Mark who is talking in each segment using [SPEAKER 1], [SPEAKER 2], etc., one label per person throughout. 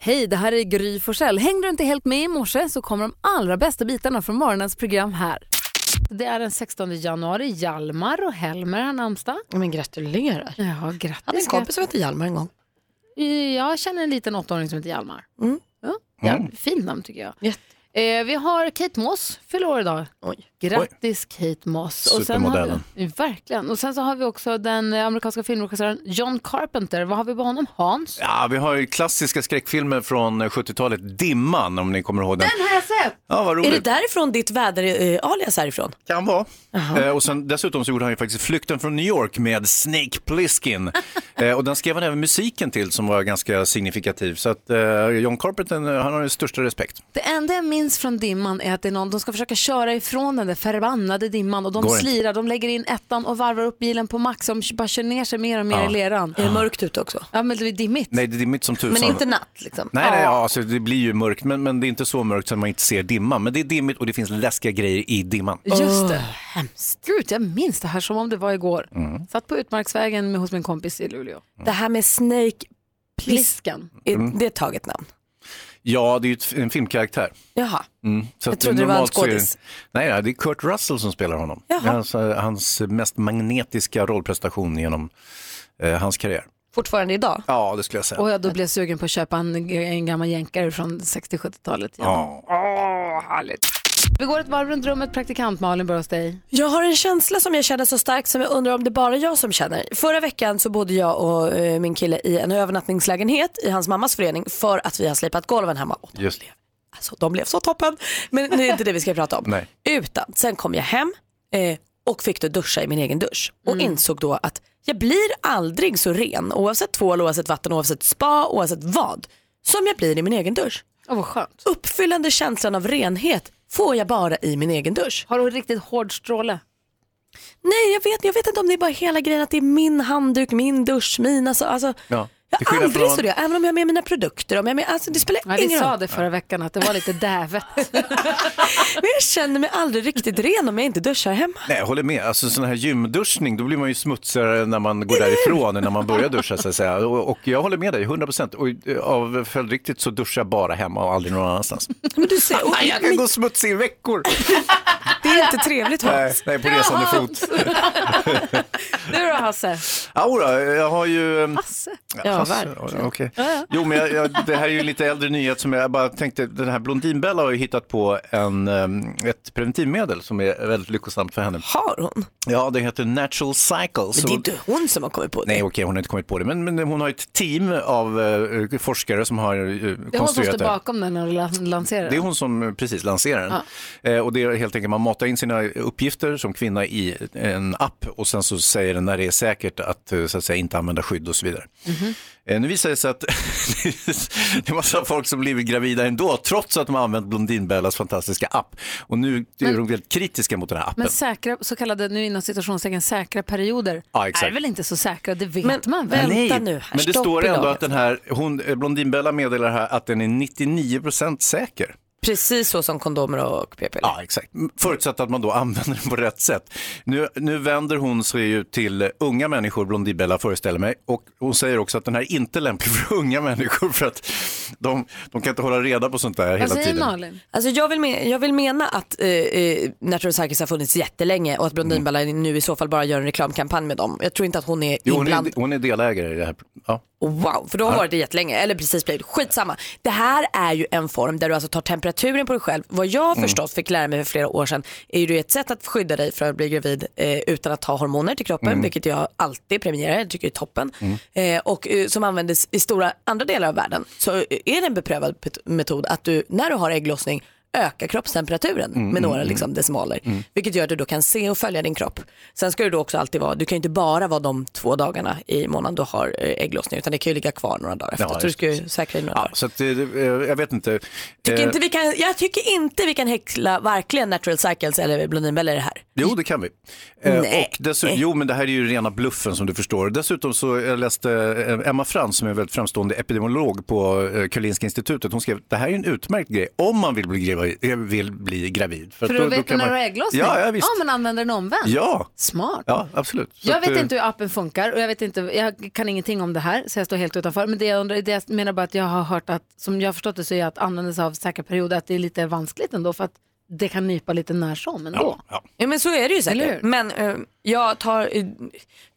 [SPEAKER 1] Hej, det här är Gry Forssell. Hängde du inte helt med i morse så kommer de allra bästa bitarna från morgonens program här. Det är den 16 januari. Jalmar och Helmer har namnsdag.
[SPEAKER 2] Men gratulerar. Jag
[SPEAKER 1] Ja, grattis.
[SPEAKER 2] hade en kompis som hette Hjalmar en gång.
[SPEAKER 1] Jag känner en liten åttaåring som heter Hjalmar.
[SPEAKER 2] Mm.
[SPEAKER 1] Ja, ja, fint namn tycker jag.
[SPEAKER 2] Jätte.
[SPEAKER 1] Eh, vi har Kate Moss fyller år idag.
[SPEAKER 2] Oj.
[SPEAKER 1] Grattis Kate Moss. Och sen har vi- verkligen. Och sen så har vi också den eh, amerikanska filmregissören John Carpenter. Vad har vi på honom? Hans?
[SPEAKER 3] Ja, vi har ju klassiska skräckfilmer från 70-talet, Dimman om ni kommer ihåg den.
[SPEAKER 1] Den har jag sett!
[SPEAKER 3] Ja, vad
[SPEAKER 2] Är det
[SPEAKER 3] roligt.
[SPEAKER 2] därifrån ditt eh, väder-alias härifrån?
[SPEAKER 3] Kan vara. Eh, och sen, dessutom så gjorde han ju faktiskt Flykten från New York med Snake Plissken. eh, och den skrev han även musiken till som var ganska signifikativ. Så att eh, John Carpenter, eh, han har den största respekt.
[SPEAKER 1] Det enda jag minns från dimman är att det är någon, de ska försöka köra ifrån den där förbannade dimman och de
[SPEAKER 3] Går inte.
[SPEAKER 1] slirar, de lägger in ettan och varvar upp bilen på max och de bara kör ner sig mer och mer
[SPEAKER 3] Ja.
[SPEAKER 1] i leran.
[SPEAKER 2] Är det mörkt ute också?
[SPEAKER 1] Ja men det är dimmigt.
[SPEAKER 3] Nej, det är dimmigt som tusan.
[SPEAKER 2] Men inte natt liksom?
[SPEAKER 3] Nej, nej, ja, alltså, det blir ju mörkt, men, men det är inte så mörkt så att man inte ser dimman. Men det är dimmigt och det finns läskiga grejer i dimman.
[SPEAKER 1] Just det.
[SPEAKER 2] Hemskt.
[SPEAKER 1] Gud, jag minns det här som om det var igår.
[SPEAKER 3] Mm.
[SPEAKER 1] Satt på Utmarksvägen med, hos min kompis i Luleå.
[SPEAKER 2] Det här med Snake,
[SPEAKER 1] Pliskan.
[SPEAKER 2] är
[SPEAKER 3] Mm.
[SPEAKER 2] det är taget namn?
[SPEAKER 3] Ja, det är ju ett- en filmkaraktär.
[SPEAKER 2] Jaha.
[SPEAKER 3] Mm. Så
[SPEAKER 2] Jag
[SPEAKER 3] att
[SPEAKER 2] trodde det var en
[SPEAKER 3] normalt så är
[SPEAKER 2] skådis.
[SPEAKER 3] Nej, nej, det är Kurt Russell som spelar honom.
[SPEAKER 2] Jaha.
[SPEAKER 3] Det är Hans, eh, hans mest magnetiska rollprestation genom eh, hans karriär.
[SPEAKER 2] Fortfarande idag?
[SPEAKER 3] Ja, det skulle jag säga.
[SPEAKER 1] Och jag då blev jag sugen på att köpa en, en gammal jänkare från 60-70-talet. Ja.
[SPEAKER 3] Ja.
[SPEAKER 1] Vi går ett varv runt rummet. Praktikant Malin börjar hos dig.
[SPEAKER 2] Jag har en känsla som jag känner så starkt som jag undrar om det bara är jag som känner. Förra veckan så bodde jag och eh, min kille i en övernattningslägenhet i hans mammas förening för att vi har slipat golven hemma. Och
[SPEAKER 3] Just det.
[SPEAKER 2] Alltså de blev så toppen. Men det är inte det vi ska prata om.
[SPEAKER 3] Nej.
[SPEAKER 2] Utan sen kom jag hem eh, och fick då duscha i min egen dusch. Och
[SPEAKER 1] Mm.
[SPEAKER 2] insåg då att jag blir aldrig så ren oavsett tvål, oavsett vatten, oavsett spa, oavsett vad. Som jag blir i min egen dusch.
[SPEAKER 1] Åh vad skönt.
[SPEAKER 2] Uppfyllande känslan av renhet får jag bara i min egen dusch.
[SPEAKER 1] Har du riktigt hård stråle?
[SPEAKER 2] Nej jag vet, jag vet inte om det är bara hela grejen att det är min handduk, min dusch, min alltså. alltså
[SPEAKER 3] Ja, till
[SPEAKER 2] Jag är
[SPEAKER 3] skillnad
[SPEAKER 2] aldrig
[SPEAKER 3] från-
[SPEAKER 2] så ren, även om jag har med mina produkter. Om jag har med, alltså, det spelar
[SPEAKER 1] Ja,
[SPEAKER 2] ingen
[SPEAKER 1] vi
[SPEAKER 2] roll.
[SPEAKER 1] sa det förra veckan att det var lite dävet.
[SPEAKER 2] Men jag känner mig aldrig riktigt ren om jag inte duschar hemma.
[SPEAKER 3] Nej, jag håller med. Alltså sån här gymduschning, då blir man ju smutsigare när man går därifrån än när man börjar duscha så att säga. Och, och jag håller med dig, 100 procent. Och eh, av följdriktigt så duschar jag bara hemma och aldrig någon annanstans.
[SPEAKER 2] Men du ser, och,
[SPEAKER 3] Nej, jag kan gå smutsig i veckor.
[SPEAKER 2] Det är inte trevligt
[SPEAKER 3] Nej,
[SPEAKER 2] Hans.
[SPEAKER 3] nej på resande fot.
[SPEAKER 1] Du då Hasse?
[SPEAKER 3] Ja, ora, jag har ju... ehm,
[SPEAKER 2] Ja,
[SPEAKER 3] Hasse,
[SPEAKER 2] verkligen.
[SPEAKER 3] okej. Jo, men jag, jag, det här är ju en lite äldre nyhet som jag bara tänkte, den här Blondinbella har ju hittat på en, ehm, ett preventivmedel som är väldigt lyckosamt för henne.
[SPEAKER 2] Har hon?
[SPEAKER 3] Ja, det heter Natural Cycle.
[SPEAKER 2] Men
[SPEAKER 3] så-
[SPEAKER 2] det är inte hon som har kommit på det.
[SPEAKER 3] Nej, okej, hon har inte kommit på det, men, men hon har ett team av eh, forskare som har eh,
[SPEAKER 1] Det är hon som
[SPEAKER 3] konstruerat
[SPEAKER 1] står
[SPEAKER 3] det. här.
[SPEAKER 1] bakom den när du la- lanserar
[SPEAKER 3] Det är
[SPEAKER 1] den.
[SPEAKER 3] hon som eh, precis lanserar den. Eh, och det är helt enkelt, man matar in sina uppgifter som kvinna i en app och sen så säger den när det är säkert att, eh, så att säga, inte använda skydd och så vidare.
[SPEAKER 2] Mhm.
[SPEAKER 3] Eh, nu visar det sig att det är massa folk som blivit gravida ändå, trots att de har använt Blondinbellas fantastiska app. Och nu är de väldigt kritiska mot den här appen.
[SPEAKER 1] Men säkra, så kallade, nu inom citationstecken, säkra perioder
[SPEAKER 3] Ja, exakt.
[SPEAKER 1] är väl inte så säkra, det vet
[SPEAKER 2] Men-
[SPEAKER 1] man väl?
[SPEAKER 2] Nej. Vänta nu här,
[SPEAKER 3] men det
[SPEAKER 2] stopp
[SPEAKER 3] står
[SPEAKER 2] i
[SPEAKER 3] ändå
[SPEAKER 2] laget.
[SPEAKER 3] att den här, hon, eh, Blondinbella meddelar här att den är 99% säker.
[SPEAKER 2] Precis så som kondomer och p-piller.
[SPEAKER 3] Ja, exakt. Förutsatt att man då använder den på rätt sätt. Nu, nu vänder hon sig ju till unga människor, Blondinbella föreställer mig. Och hon säger också att den här är inte lämplig för unga människor för att de, de kan inte hålla reda på sånt där hela
[SPEAKER 1] Vad säger
[SPEAKER 3] tiden.
[SPEAKER 1] Malin?
[SPEAKER 2] Alltså jag, vill me- jag vill mena att eh, eh, Natural Cycles har funnits jättelänge och att Blondinbella nu i så fall bara gör en reklamkampanj med dem. Jag tror inte att hon är
[SPEAKER 3] Jo, hon,
[SPEAKER 2] inblandad.
[SPEAKER 3] är, hon är delägare i det här. Ja.
[SPEAKER 2] Wow, för då har varit det jättelänge. Eller precis blivit. Skitsamma. Det här är ju en form där du alltså tar temperaturen på dig själv. Vad jag förstås fick lära mig för flera år sedan är ju det ett sätt att skydda dig från att bli gravid eh, utan att ta hormoner till kroppen, vilket jag alltid premierar, jag tycker det är toppen. Eh, och eh, som användes i stora andra delar av världen så eh, är det en beprövad pet- metod att du när du har ägglossning ökar kroppstemperaturen med några liksom, decimaler. Vilket gör att du då kan se och följa din kropp. Sen ska du då också alltid vara, du kan ju inte bara vara de två dagarna i månaden du har eh, ägglossning utan det kan ju ligga kvar några dagar efter.
[SPEAKER 3] Ja,
[SPEAKER 2] så du
[SPEAKER 3] just
[SPEAKER 2] ska ju säkra dig några
[SPEAKER 3] Ja,
[SPEAKER 2] dagar.
[SPEAKER 3] så att, eh, eh, jag vet inte.
[SPEAKER 2] Tycker
[SPEAKER 3] Eh,
[SPEAKER 2] inte vi kan, jag tycker inte vi kan häckla varken Natural Cycles eller Blondinbella i det här.
[SPEAKER 3] Jo, det kan vi. Eh,
[SPEAKER 2] Nej.
[SPEAKER 3] Och dessutom, jo, men det här är ju rena bluffen som du förstår. Dessutom så jag läste eh, Emma Frans som är en väldigt framstående epidemiolog på eh, Karolinska institutet. Hon skrev det här är en utmärkt grej om man vill bli var, vill bli gravid.
[SPEAKER 1] För,
[SPEAKER 3] då-
[SPEAKER 1] att
[SPEAKER 3] då
[SPEAKER 1] veta
[SPEAKER 3] kan
[SPEAKER 1] när du
[SPEAKER 3] man-
[SPEAKER 1] har ägglossning?
[SPEAKER 3] Ja, ja, visst.
[SPEAKER 1] ja, men använder den omvänt?
[SPEAKER 3] Ja.
[SPEAKER 1] Smart.
[SPEAKER 3] ja, absolut. Så
[SPEAKER 1] jag
[SPEAKER 3] att,
[SPEAKER 1] vet
[SPEAKER 3] eh,
[SPEAKER 1] inte hur appen funkar och jag, vet inte, jag kan ingenting om det här så jag står helt utanför. Men det jag, undrar, det jag menar bara att jag har hört att, som jag har förstått det så är att använda sig av säkra perioder att det är lite vanskligt ändå för att det kan nypa lite när som ändå.
[SPEAKER 3] Ja, ja.
[SPEAKER 2] Ja men så är det ju
[SPEAKER 1] Eller
[SPEAKER 2] säkert.
[SPEAKER 1] hur?
[SPEAKER 2] Men eh, jag tar, eh,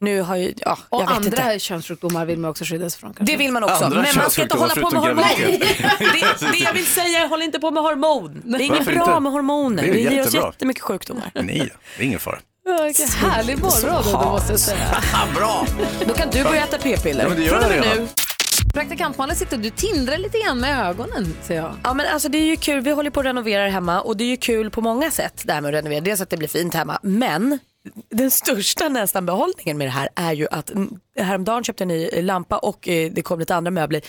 [SPEAKER 2] nu har ju, ja jag
[SPEAKER 1] Och
[SPEAKER 2] vet inte.
[SPEAKER 1] andra könssjukdomar vill man också skydda sig från. kanske.
[SPEAKER 2] Det vill man också.
[SPEAKER 3] Andra
[SPEAKER 2] men man ska inte
[SPEAKER 3] könssjukdomar
[SPEAKER 2] hålla på med
[SPEAKER 3] förutom
[SPEAKER 2] hormon.
[SPEAKER 3] graviditet.
[SPEAKER 2] det, det jag vill säga är håll inte på med hormon. Det är inget
[SPEAKER 3] Varför
[SPEAKER 2] bra
[SPEAKER 3] inte?
[SPEAKER 2] med hormoner.
[SPEAKER 3] Det är
[SPEAKER 2] Det, ger oss
[SPEAKER 3] jättebra. Mm.
[SPEAKER 2] jättemycket sjukdomar.
[SPEAKER 3] Nej, det är ingen fara.
[SPEAKER 1] Ja, vilken härlig morgon då, det måste jag säga.
[SPEAKER 3] Ah, bra!
[SPEAKER 2] Då kan du börja äta p-piller.
[SPEAKER 3] Ja, men det gör
[SPEAKER 2] Från och
[SPEAKER 3] jag
[SPEAKER 2] med
[SPEAKER 3] redan.
[SPEAKER 2] nu.
[SPEAKER 1] Praktikant Malin sitter du tindrar lite grann med ögonen ser jag.
[SPEAKER 2] Ja men alltså det är ju kul, vi håller på att renovera här hemma och det är ju kul på många sätt det här med att renovera. Dels att det blir fint hemma men den största nästan behållningen med det här är ju att mm, häromdagen köpte jag en ny lampa och eh, det kom lite andra möbler.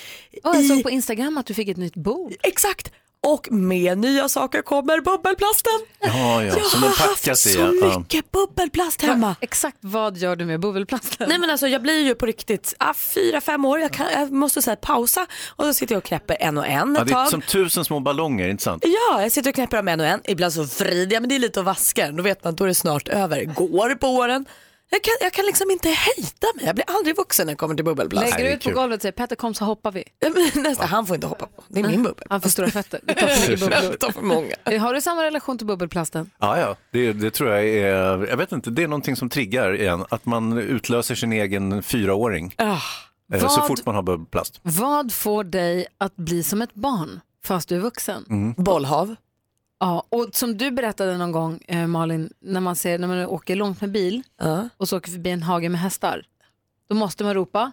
[SPEAKER 1] Och jag
[SPEAKER 2] I-
[SPEAKER 1] såg på Instagram att du fick ett nytt bord.
[SPEAKER 2] Exakt! Och med nya saker kommer bubbelplasten.
[SPEAKER 3] Ja, ja,
[SPEAKER 2] jag
[SPEAKER 3] som
[SPEAKER 2] har
[SPEAKER 3] den
[SPEAKER 2] haft
[SPEAKER 3] packas i,
[SPEAKER 2] så
[SPEAKER 3] ja. Ja.
[SPEAKER 2] mycket bubbelplast hemma.
[SPEAKER 1] Exakt vad gör du med bubbelplasten?
[SPEAKER 2] Nej men alltså jag blir ju på riktigt ah, fyra, fem år. Jag, kan, jag måste så här, pausa och så sitter jag och knäpper en och en
[SPEAKER 3] Ja,
[SPEAKER 2] ett
[SPEAKER 3] det är
[SPEAKER 2] tag.
[SPEAKER 3] som tusen små ballonger, inte sant?
[SPEAKER 2] Ja, jag sitter och knäpper dem en och en. Ibland så vrider jag men det är lite att vaska den. Då vet man att då är det snart över. Går på åren. Jag kan, jag kan liksom inte hejda mig. Jag blir aldrig vuxen när det kommer till bubbelplast.
[SPEAKER 1] Lägger
[SPEAKER 3] det
[SPEAKER 1] du
[SPEAKER 3] är
[SPEAKER 1] ut på
[SPEAKER 3] kul.
[SPEAKER 1] golvet och säger Petter kom så hoppar vi.
[SPEAKER 2] Nästa, han får inte hoppa på. Det är min bubbel.
[SPEAKER 1] Han får stora fötter. Det tar för mycket bubblor.
[SPEAKER 2] Jag tar för många.
[SPEAKER 1] Har du samma relation till bubbelplasten?
[SPEAKER 3] Ja, ja. Det, det tror jag är, jag vet inte, det är någonting som triggar igen, att man utlöser sin egen fyraåring eh, så
[SPEAKER 1] Ah, Vad-
[SPEAKER 3] fort man har bubbelplast.
[SPEAKER 1] Vad får dig att bli som ett barn fast du är vuxen?
[SPEAKER 2] Mm.
[SPEAKER 3] Mm.
[SPEAKER 2] Bollhav.
[SPEAKER 1] Ja, och som du berättade någon gång eh, Malin, när man, ser, när man åker långt med bil
[SPEAKER 2] Ja.
[SPEAKER 1] och så åker förbi en hage med hästar, då måste man ropa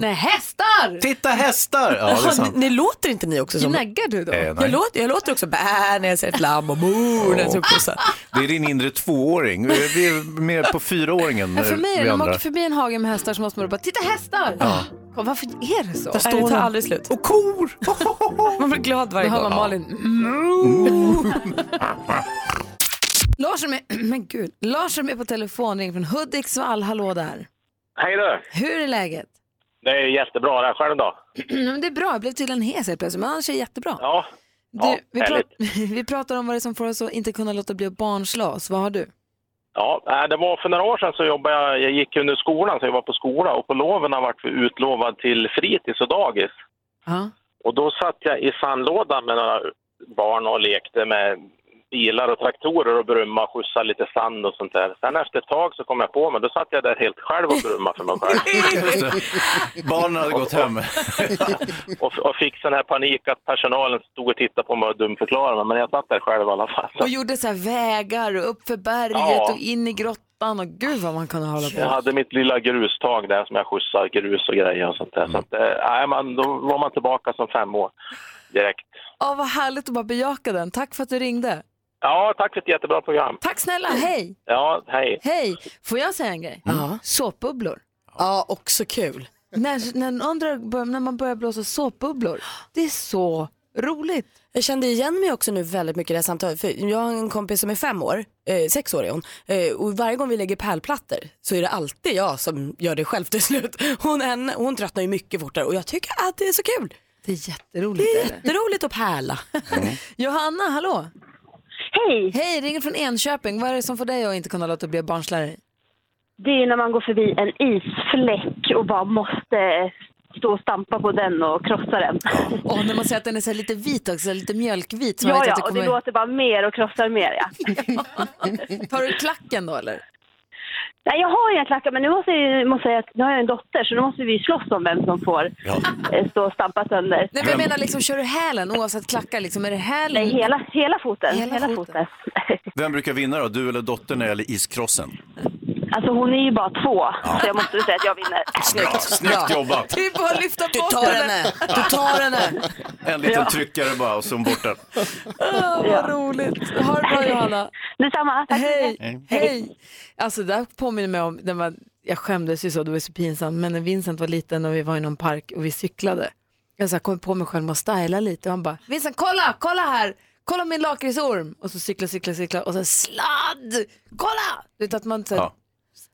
[SPEAKER 1] Nej, hästar!
[SPEAKER 3] Titta hästar! Ja, det är
[SPEAKER 2] Jaha,
[SPEAKER 3] sant.
[SPEAKER 2] ni, ni låter inte ni också som...
[SPEAKER 1] Gnäggar du då?
[SPEAKER 3] Eh,
[SPEAKER 2] Jag
[SPEAKER 3] nej.
[SPEAKER 2] låter, jag låter också bä när jag ser ett lamm och mor när jag ser kossar.
[SPEAKER 3] Det är din inre tvååring. Eh, Vi är mer på fyraåringen. eh,
[SPEAKER 1] Ja, för mig är
[SPEAKER 3] vi
[SPEAKER 1] det, när man
[SPEAKER 3] andra.
[SPEAKER 1] åker förbi en hage med hästar så måste man ropa Titta hästar! Kom, varför är det så?
[SPEAKER 2] Nej, Det tar aldrig slut.
[SPEAKER 3] Och kor!
[SPEAKER 2] Man blir glad varje
[SPEAKER 1] Då hör
[SPEAKER 2] gång.
[SPEAKER 1] man Malin. Lars som är, men gud, Lars som är på telefon ringer från Hudiksvall. Hallå där.
[SPEAKER 4] Hej du!
[SPEAKER 1] Hur är läget?
[SPEAKER 4] Det är jättebra där själv då.
[SPEAKER 1] men det är bra, jag blev tydligen hes helt plötsligt, men annars är det jättebra.
[SPEAKER 4] Mm, Ja, ja
[SPEAKER 1] du, vi,
[SPEAKER 4] härligt.
[SPEAKER 1] prat- vi pratar om vad det är som får oss att inte kunna låta bli att barnslås. Vad har du?
[SPEAKER 4] Ja, nej, det var för några år sedan så jobbade jag, jag gick under skolan, så jag var på skola och på loven har jag varit utlovad till fritids och dagis.
[SPEAKER 1] Ja.
[SPEAKER 4] Och då satt jag i sandlådan med några barn och lekte med bilar och traktorer och brumma och skjutsade lite sand och sånt där. Sen efter ett tag så kom jag på mig, då satt jag där helt själv och brumma för mig själv.
[SPEAKER 3] Barnen hade gått hem.
[SPEAKER 4] Och, och fick sån här panik att personalen stod och tittade på mig och dumförklarade mig, men jag satt där själv i alla fall.
[SPEAKER 1] Och gjorde så här vägar och upp för berget
[SPEAKER 4] Ja.
[SPEAKER 1] och in i grottan och gud vad man kunde hålla på.
[SPEAKER 4] Jag hade mitt lilla grustag där som jag skjutsade grus och grejer och sånt där. Så att, eh, nej, man, då var man tillbaka som fem år direkt.
[SPEAKER 1] Ja, vad härligt att bara bejaka den. Tack för att du ringde.
[SPEAKER 4] Ja, tack för ett jättebra program.
[SPEAKER 1] Tack snälla, hej!
[SPEAKER 4] Ja, hej.
[SPEAKER 1] Hej! Får jag säga en grej?
[SPEAKER 2] Ja.
[SPEAKER 1] Såpbubblor.
[SPEAKER 2] Ja, också kul.
[SPEAKER 1] när, när, någon drar, bör- när man börjar blåsa såpbubblor. Det är så roligt.
[SPEAKER 2] Jag kände igen mig också nu väldigt mycket i det här samtalet. För jag har en kompis som är fem år, eh, sex år är hon. Eh, och varje gång vi lägger pärlplattor så är det alltid jag som gör det själv till slut. Hon, henne, hon tröttnar ju mycket fortare och jag tycker att det är så kul.
[SPEAKER 1] Det är
[SPEAKER 2] Det
[SPEAKER 1] jätteroligt.
[SPEAKER 2] är
[SPEAKER 1] Är det?
[SPEAKER 2] jätteroligt att pärla.
[SPEAKER 1] Johanna, hallå!
[SPEAKER 5] Hej!
[SPEAKER 1] Hej, ringer från Enköping. Vad är det som får dig att inte kunna låta bli att barnsla dig?
[SPEAKER 5] Det är ju när man går förbi en isfläck och bara måste stå och stampa på den och krossa den.
[SPEAKER 1] Åh, när man säger att den är så här lite vit också, så här lite mjölkvit. Så man
[SPEAKER 5] Ja,
[SPEAKER 1] vet
[SPEAKER 5] ja,
[SPEAKER 1] att
[SPEAKER 5] och
[SPEAKER 1] det
[SPEAKER 5] det
[SPEAKER 1] kommer...
[SPEAKER 5] låter bara mer och krossar mer, ja.
[SPEAKER 1] Tar du klacken då eller?
[SPEAKER 5] Nej, jag har inga klackar, men nu måste jag ju- måste säga att nu har jag en dotter, så nu måste vi slåss om vem som får eh, stå och stampa sönder.
[SPEAKER 1] Nej, men jag menar liksom, kör du hälen oavsett klackar? Liksom, är det hälen?
[SPEAKER 5] Nej, hela, hela foten.
[SPEAKER 1] Hela
[SPEAKER 5] Hela,
[SPEAKER 1] foten.
[SPEAKER 5] foten.
[SPEAKER 3] Vem brukar vinna då? Du eller dottern när det gäller iskrossen?
[SPEAKER 5] alltså, hon är ju bara två, så jag måste väl säga att jag vinner.
[SPEAKER 3] Bra, snyggt jobbat!
[SPEAKER 1] Det är Typ bara att lyfta
[SPEAKER 2] Du
[SPEAKER 1] bort
[SPEAKER 2] tar henne, du tar henne.
[SPEAKER 3] En liten tryckare bara och så borta.
[SPEAKER 1] Åh, vad roligt. Ha det bra Johanna.
[SPEAKER 5] Detsamma. Tack.
[SPEAKER 1] Hej! Hej! Alltså det här påminner mig om, när man, jag skämdes ju så, det var så pinsamt, men när Vincent var liten och vi var i någon park och vi cyklade. Jag så här, kom på mig själv med att styla lite och han bara, Vincent kolla, kolla här, kolla min lakritsorm! Och så cykla, cykla, cykla och så här, sladd, kolla! Du vet att man så här,
[SPEAKER 3] Ja.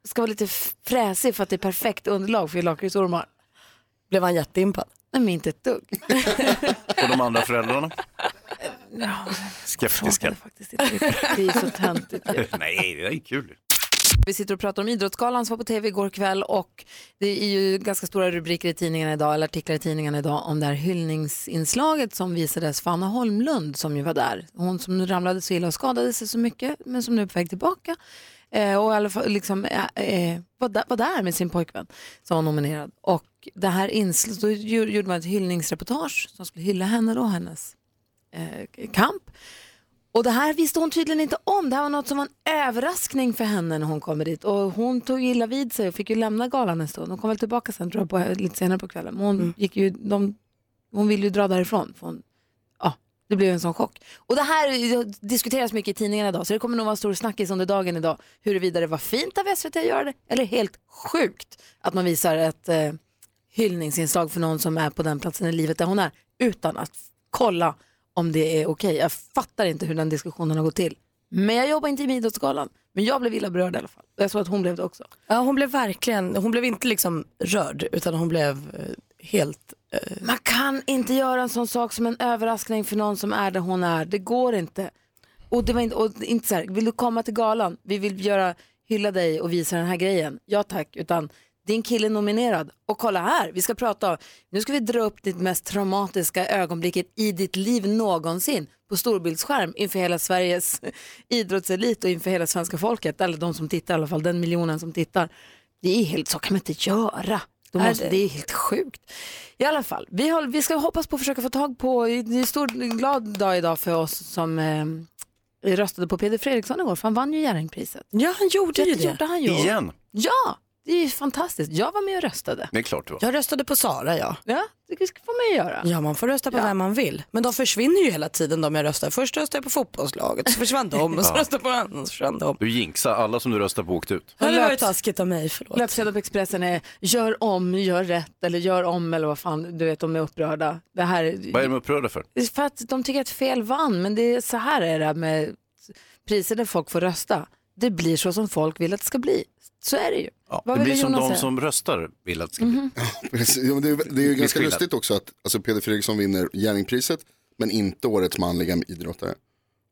[SPEAKER 1] ska vara lite f- fräsig för att det är perfekt underlag för lakritsormar.
[SPEAKER 2] Blev han jätteimpad?
[SPEAKER 1] Nej men inte ett dugg.
[SPEAKER 3] Och de andra föräldrarna? Skeptiska.
[SPEAKER 1] faktiskt inte riktigt. Det är så töntigt.
[SPEAKER 3] Nej, det är kul.
[SPEAKER 1] Vi sitter och pratar om Idrottsgalan som var på tv igår kväll och det är ju ganska stora rubriker i tidningarna idag, eller artiklar i tidningarna idag om det här hyllningsinslaget som visades för Anna Holmlund som ju var där. Hon som ramlade så illa och skadade sig så mycket men som nu är på väg tillbaka eh, och i alla fall liksom, eh, eh, var, där, var där med sin pojkvän som var nominerad. Och det här inslaget, då gj- gjorde man ett hyllningsreportage som skulle hylla henne då, hennes eh, kamp. Och det här visste hon tydligen inte om. Det här var något som var en överraskning för henne när hon kommer dit. Och hon tog illa vid sig och fick ju lämna galan en stund. Hon kom väl tillbaka sen tror jag, på, lite senare på kvällen. Men hon, gick ju, de, hon ville ju dra därifrån. För hon, ja, det blev en sån chock. Och det här eh, diskuteras mycket i tidningarna idag. Så det kommer nog vara en stor snackis under dagen idag. Huruvida det var fint av SVT att göra det. Eller helt sjukt att man visar ett eh, hyllningsinslag för någon som är på den platsen i livet där hon är. Utan att kolla om det är okej. Jag fattar inte hur den diskussionen har gått till. Men jag jobbar inte i Idrottsgalan. Men jag blev illa berörd i alla fall. Och jag såg att hon blev det också.
[SPEAKER 2] Ja, hon blev verkligen, hon blev inte liksom rörd utan hon blev eh, helt, eh,
[SPEAKER 1] Man kan inte göra en sån sak som en överraskning för någon som är där hon är. Det går inte. Och det var inte, och inte så här, vill du komma till galan? Vi vill göra, hylla dig och visa den här grejen. Ja tack, utan din kille är nominerad. Och kolla här, vi ska prata om, nu ska vi dra upp ditt mest traumatiska ögonblicket i ditt liv någonsin på storbildsskärm inför hela Sveriges idrottselit och inför hela svenska folket, eller de som tittar i alla fall, den miljonen som tittar. Det är helt, så kan man inte göra. Då
[SPEAKER 2] Nej,
[SPEAKER 1] måste,
[SPEAKER 2] det-
[SPEAKER 1] det är helt sjukt. I alla fall, vi, har, vi ska hoppas på att försöka få tag på, det är en stor glad dag idag för oss som eh, röstade på Peder Fredriksson igår, för han vann ju Jerringpriset.
[SPEAKER 2] ja han gjorde ju
[SPEAKER 1] Det
[SPEAKER 2] det.
[SPEAKER 1] gjorde han ju.
[SPEAKER 3] Igen,
[SPEAKER 1] Ja, det är ju fantastiskt. Jag var med och röstade.
[SPEAKER 3] det är klart det var.
[SPEAKER 2] Jag röstade på Sara ja.
[SPEAKER 1] Ja, det ska- får man ju göra.
[SPEAKER 2] Ja man får rösta på vem man vill. Men de försvinner ju hela tiden de jag röstar. Först röstade jag på fotbollslaget, så försvann de och så röstade jag på andra så försvann de.
[SPEAKER 3] Du jinxar, alla som du röstar på åkte ut.
[SPEAKER 2] Ja, Det var ju
[SPEAKER 1] löpt-
[SPEAKER 2] taskigt av mig, förlåt.
[SPEAKER 1] Löpsedeln på Expressen är gör om, gör rätt eller gör om eller vad fan, du vet de är upprörda. Det här
[SPEAKER 3] Vad är de upprörda för?
[SPEAKER 1] Det är För att de tycker att fel vann, men det är så här är det med priser där folk får rösta. Det blir så som folk vill att det ska bli. Så är det ju.
[SPEAKER 3] Ja,
[SPEAKER 1] Vad
[SPEAKER 3] det
[SPEAKER 1] ville
[SPEAKER 3] blir som
[SPEAKER 1] Jonas
[SPEAKER 3] de
[SPEAKER 1] säga? Mhm.
[SPEAKER 3] som röstar vill att det ska bli.
[SPEAKER 6] Precis. Ja, men det, är, det är ju ganska
[SPEAKER 3] skillnad.
[SPEAKER 6] lustigt också att alltså, Peder Fredriksson vinner Jerringpriset men inte årets manliga idrottare.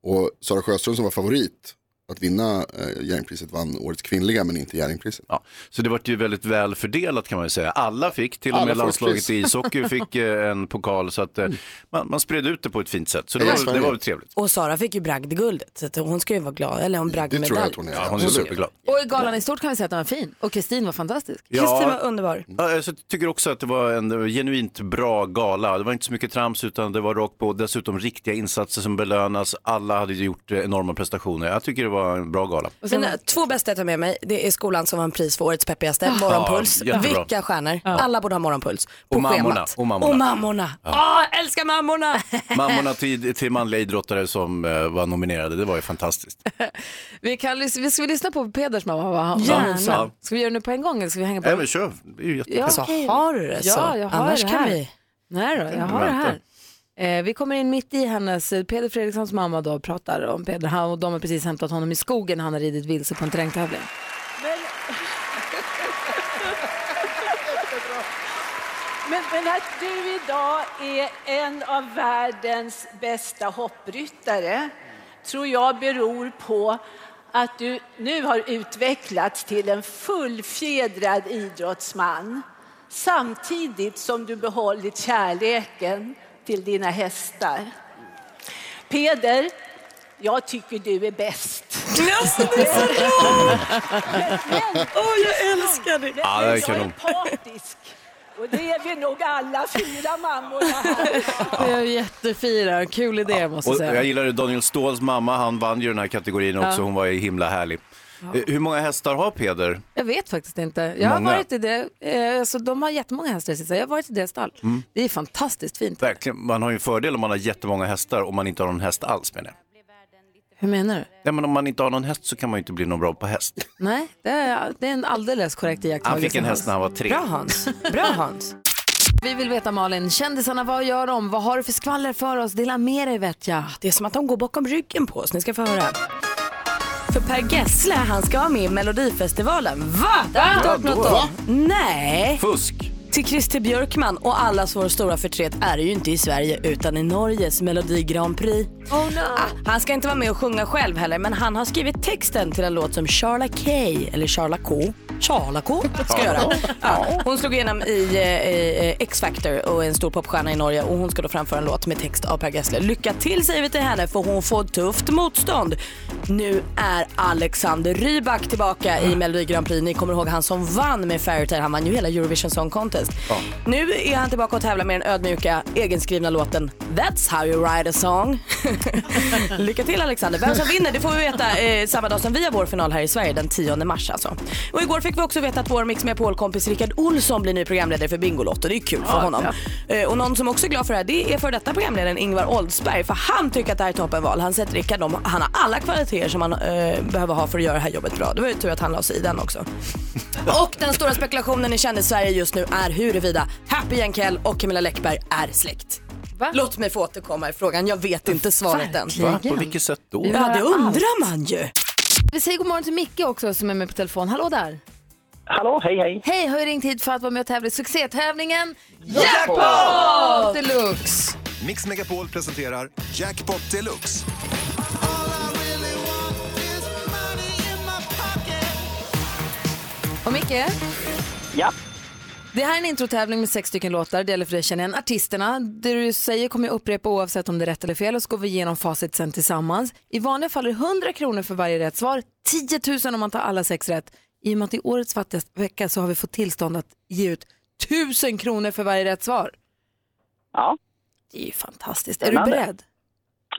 [SPEAKER 6] Och Sara Sjöström som var favorit att vinna eh, Jerringpriset vann årets kvinnliga men inte Jerringpriset.
[SPEAKER 3] Ja. Så det vart ju väldigt väl fördelat kan man ju säga. Alla fick, till och
[SPEAKER 6] Alla
[SPEAKER 3] med
[SPEAKER 6] får
[SPEAKER 3] landslaget
[SPEAKER 6] pris.
[SPEAKER 3] i ishockey fick eh, en pokal så att eh, man, man spred ut det på ett fint sätt. Så det
[SPEAKER 6] Ja,
[SPEAKER 3] var,
[SPEAKER 6] Sverige.
[SPEAKER 3] det var väl trevligt.
[SPEAKER 2] Och Sara fick ju bragdguldet, så att hon ska ju vara glad. Eller hon
[SPEAKER 6] Det tror jag att hon
[SPEAKER 2] bragdmedalj.
[SPEAKER 6] är.
[SPEAKER 3] Ja, hon är superglad.
[SPEAKER 1] Och i galan i stort kan vi säga att den var fin. Och Kristin var fantastisk.
[SPEAKER 2] Kristin var
[SPEAKER 3] Ja,
[SPEAKER 2] underbar.
[SPEAKER 3] ja, jag tycker också att det var en genuint bra gala. Det var inte så mycket trams utan det var rakt på. Dessutom riktiga insatser som belönas. Alla hade ju gjort eh, enorma prestationer. Jag tycker det var en bra gala.
[SPEAKER 1] Och sen,
[SPEAKER 2] Mina eh, två bästa jag tar med mig, det är skolan som vann pris för årets peppigaste, morgonpuls.
[SPEAKER 3] Ja, jättebra.
[SPEAKER 2] Vilka stjärnor, alla borde ha morgonpuls. På
[SPEAKER 3] Och mammorna,
[SPEAKER 2] schemat.
[SPEAKER 3] och mammorna.
[SPEAKER 2] Och mammorna. Åh, älskar mammorna!
[SPEAKER 3] Mammorna till, till manliga idrottare som eh, var nominerade, det var ju fantastiskt.
[SPEAKER 1] vi, kan, lys- vi ska vi lyssna på Peders mamma, vad han- vad hon
[SPEAKER 2] Gärna.
[SPEAKER 1] sa. Ska vi göra det nu på en gång eller ska vi hänga på?
[SPEAKER 3] Nej men kör, det är ju jättebra.
[SPEAKER 1] Ja,
[SPEAKER 2] Så
[SPEAKER 1] okej.
[SPEAKER 2] alltså, har du det så.
[SPEAKER 1] Ja, jag har
[SPEAKER 2] Annars
[SPEAKER 1] det
[SPEAKER 2] kan
[SPEAKER 1] här.
[SPEAKER 2] vi.
[SPEAKER 1] Nej då, jag har det
[SPEAKER 3] Vänta.
[SPEAKER 1] här. Eh, vi kommer in mitt i hennes, eh, Peder Fredrikssons mamma då pratar om Peder. Han, och de har precis hämtat honom i skogen, han har ridit vilse på en terrängtävling.
[SPEAKER 7] Men, men att du idag är en av världens bästa hoppryttare tror jag beror på att du nu har utvecklats till en fullfjädrad idrottsman samtidigt som du behållit kärleken till dina hästar. Peder, jag tycker du är bäst. Men-
[SPEAKER 2] jag älskar det.
[SPEAKER 7] Men,
[SPEAKER 3] Ja, det
[SPEAKER 7] men
[SPEAKER 3] är
[SPEAKER 7] jag är
[SPEAKER 3] kanon.
[SPEAKER 7] partisk. Och det är vi nog alla fyra mammorna här.
[SPEAKER 1] Det är jättefina, kul idé måste
[SPEAKER 3] Och
[SPEAKER 1] jag säga.
[SPEAKER 3] jag gillade Daniel Ståhls mamma, han vann ju den här kategorin också, hon var ju himla härlig. Eh, Hur många hästar har Peder?
[SPEAKER 1] Jag vet faktiskt inte. Jag har
[SPEAKER 3] Många.
[SPEAKER 1] varit i det, eh, alltså, de har jättemånga hästar i sitt stall. Jag har varit i deras stall.
[SPEAKER 3] Mm.
[SPEAKER 1] Det är fantastiskt fint.
[SPEAKER 3] Verkligen, man har ju en fördel om man har jättemånga hästar om man inte har någon häst alls menar jag.
[SPEAKER 1] Hur menar du?
[SPEAKER 3] Nej men om man inte har någon häst så kan man ju inte bli någon bra på häst.
[SPEAKER 1] Nej, det är, det är en alldeles korrekt
[SPEAKER 3] Han
[SPEAKER 1] iakttagelse.
[SPEAKER 3] fick en häst när han var tre.
[SPEAKER 2] Bra Hans. Bra Hans.
[SPEAKER 1] Vi vill veta Malin, kändisarna, vad gör de? Vad har du för skvaller för oss? Dela med dig vet jag.
[SPEAKER 2] Det är som att de går bakom ryggen på oss. Ni ska få höra. För Per Gessle, han ska vara med i Melodifestivalen. Va? Det har jag inte hört något om. Nej.
[SPEAKER 3] Fusk!
[SPEAKER 2] till Christer Björkman och allas vår stora förtret är det ju inte i Sverige utan i Norges Melodi Grand Prix.
[SPEAKER 1] Oh no.
[SPEAKER 2] Han ska inte vara med och sjunga själv heller men han har skrivit texten till en låt som Charla K, eller Charla K, Charla K ska göra. Ja, hon slog igenom i eh, eh, X-Factor och är en stor popstjärna i Norge och hon ska då framföra en låt med text av Per Gessle. Lycka till säger vi till henne för hon får tufft motstånd. Nu är Alexander Rybak tillbaka i Melodi Grand Prix. Ni kommer ihåg han som vann med Fairytale, han vann ju hela Eurovision Song Contest. Nu är han tillbaka och tävlar med den ödmjuka egenskrivna låten That's how you write a song. Lycka till Alexander. Vem som vinner det får vi veta eh, samma dag som vi har vår final här i Sverige, den 10 mars alltså. Och igår fick vi också veta att vår Mix Megapol-kompis Rickard Olsson blir ny programledare för Bingolotto. Det är kul för honom. Eh, och någon som också är glad för det här, det är för detta programledaren Ingvar Oldsberg. För han tycker att det här är toppenval. Han säger att Rickard, de- han har alla kvaliteter som man eh, behöver ha för att göra det här jobbet bra. Det var ju tur att han la sig i den också. Och den stora spekulationen i kändis-Sverige just nu är huruvida Happy Jankell och Camilla Läckberg är släkt.
[SPEAKER 1] Va?
[SPEAKER 2] Låt mig få återkomma i frågan, jag vet inte svaret än.
[SPEAKER 1] Verkligen.
[SPEAKER 3] Va? På vilket sätt då?
[SPEAKER 2] Ja, det undrar man ju.
[SPEAKER 1] Vi säger god morgon till Micke också som är med på telefon. Hallå där!
[SPEAKER 4] Hallå, hej, hej.
[SPEAKER 1] Hej, har ju ringt hit för att vara med och tävla i succétävlingen Jackpot Deluxe!
[SPEAKER 8] Mix Megapol presenterar Jackpot Deluxe.
[SPEAKER 1] Och Micke?
[SPEAKER 4] Ja.
[SPEAKER 1] Det här är en introtävling med sex stycken låtar. Det gäller för dig att känna igen artisterna. Det du säger kommer jag upprepa oavsett om det är rätt eller fel och så går vi igenom facit sen tillsammans. I vanliga fall är det 100 kronor för varje rätt svar. 10 000 om man tar alla sex rätt. I och med att i årets fattigaste vecka så har vi fått tillstånd att ge ut 1000 kronor för varje rätt svar.
[SPEAKER 4] Ja.
[SPEAKER 1] Det är ju fantastiskt. Är du beredd?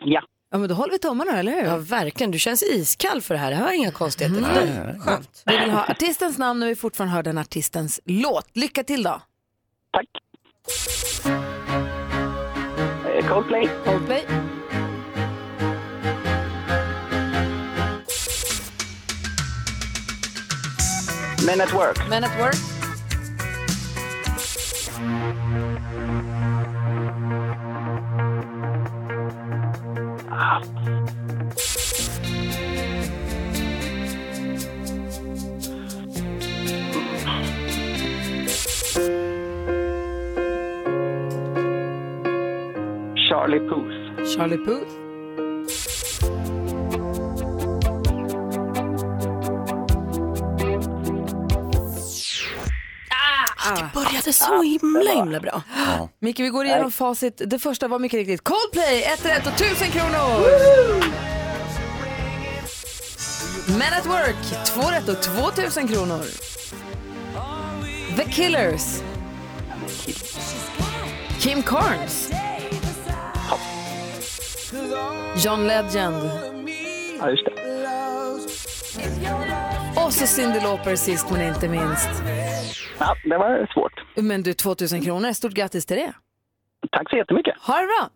[SPEAKER 4] Ja.
[SPEAKER 1] Ja, men då håller vi tummarna, eller hur?
[SPEAKER 2] Ja, verkligen. Du känns iskall för det här. Det här har inga konstigheter. Mm. Skönt.
[SPEAKER 1] Vi vill ha artistens namn och vi fortfarande hör den artistens låt. Lycka till då!
[SPEAKER 4] Tack. Eh, Coldplay.
[SPEAKER 1] Coldplay.
[SPEAKER 4] Men at Work.
[SPEAKER 1] Men at Work.
[SPEAKER 4] Charlie Puth.
[SPEAKER 1] Charlie Puth.
[SPEAKER 2] Ah, Började så himla, himla bra.
[SPEAKER 1] Ah. Micke, vi går igenom facit. Det första var mycket riktigt Coldplay, ett rätt och 1000 kronor! Men at Work, två rätt och 2000 kronor. The Killers. Kim Carnes. John Legend.
[SPEAKER 4] Ja, just det.
[SPEAKER 1] Och så Cyndi Lauper sist men inte minst.
[SPEAKER 4] Ja, det var svårt.
[SPEAKER 1] Men du, 2000 kronor, stort grattis till det.
[SPEAKER 4] Tack så jättemycket.
[SPEAKER 1] Ha det bra!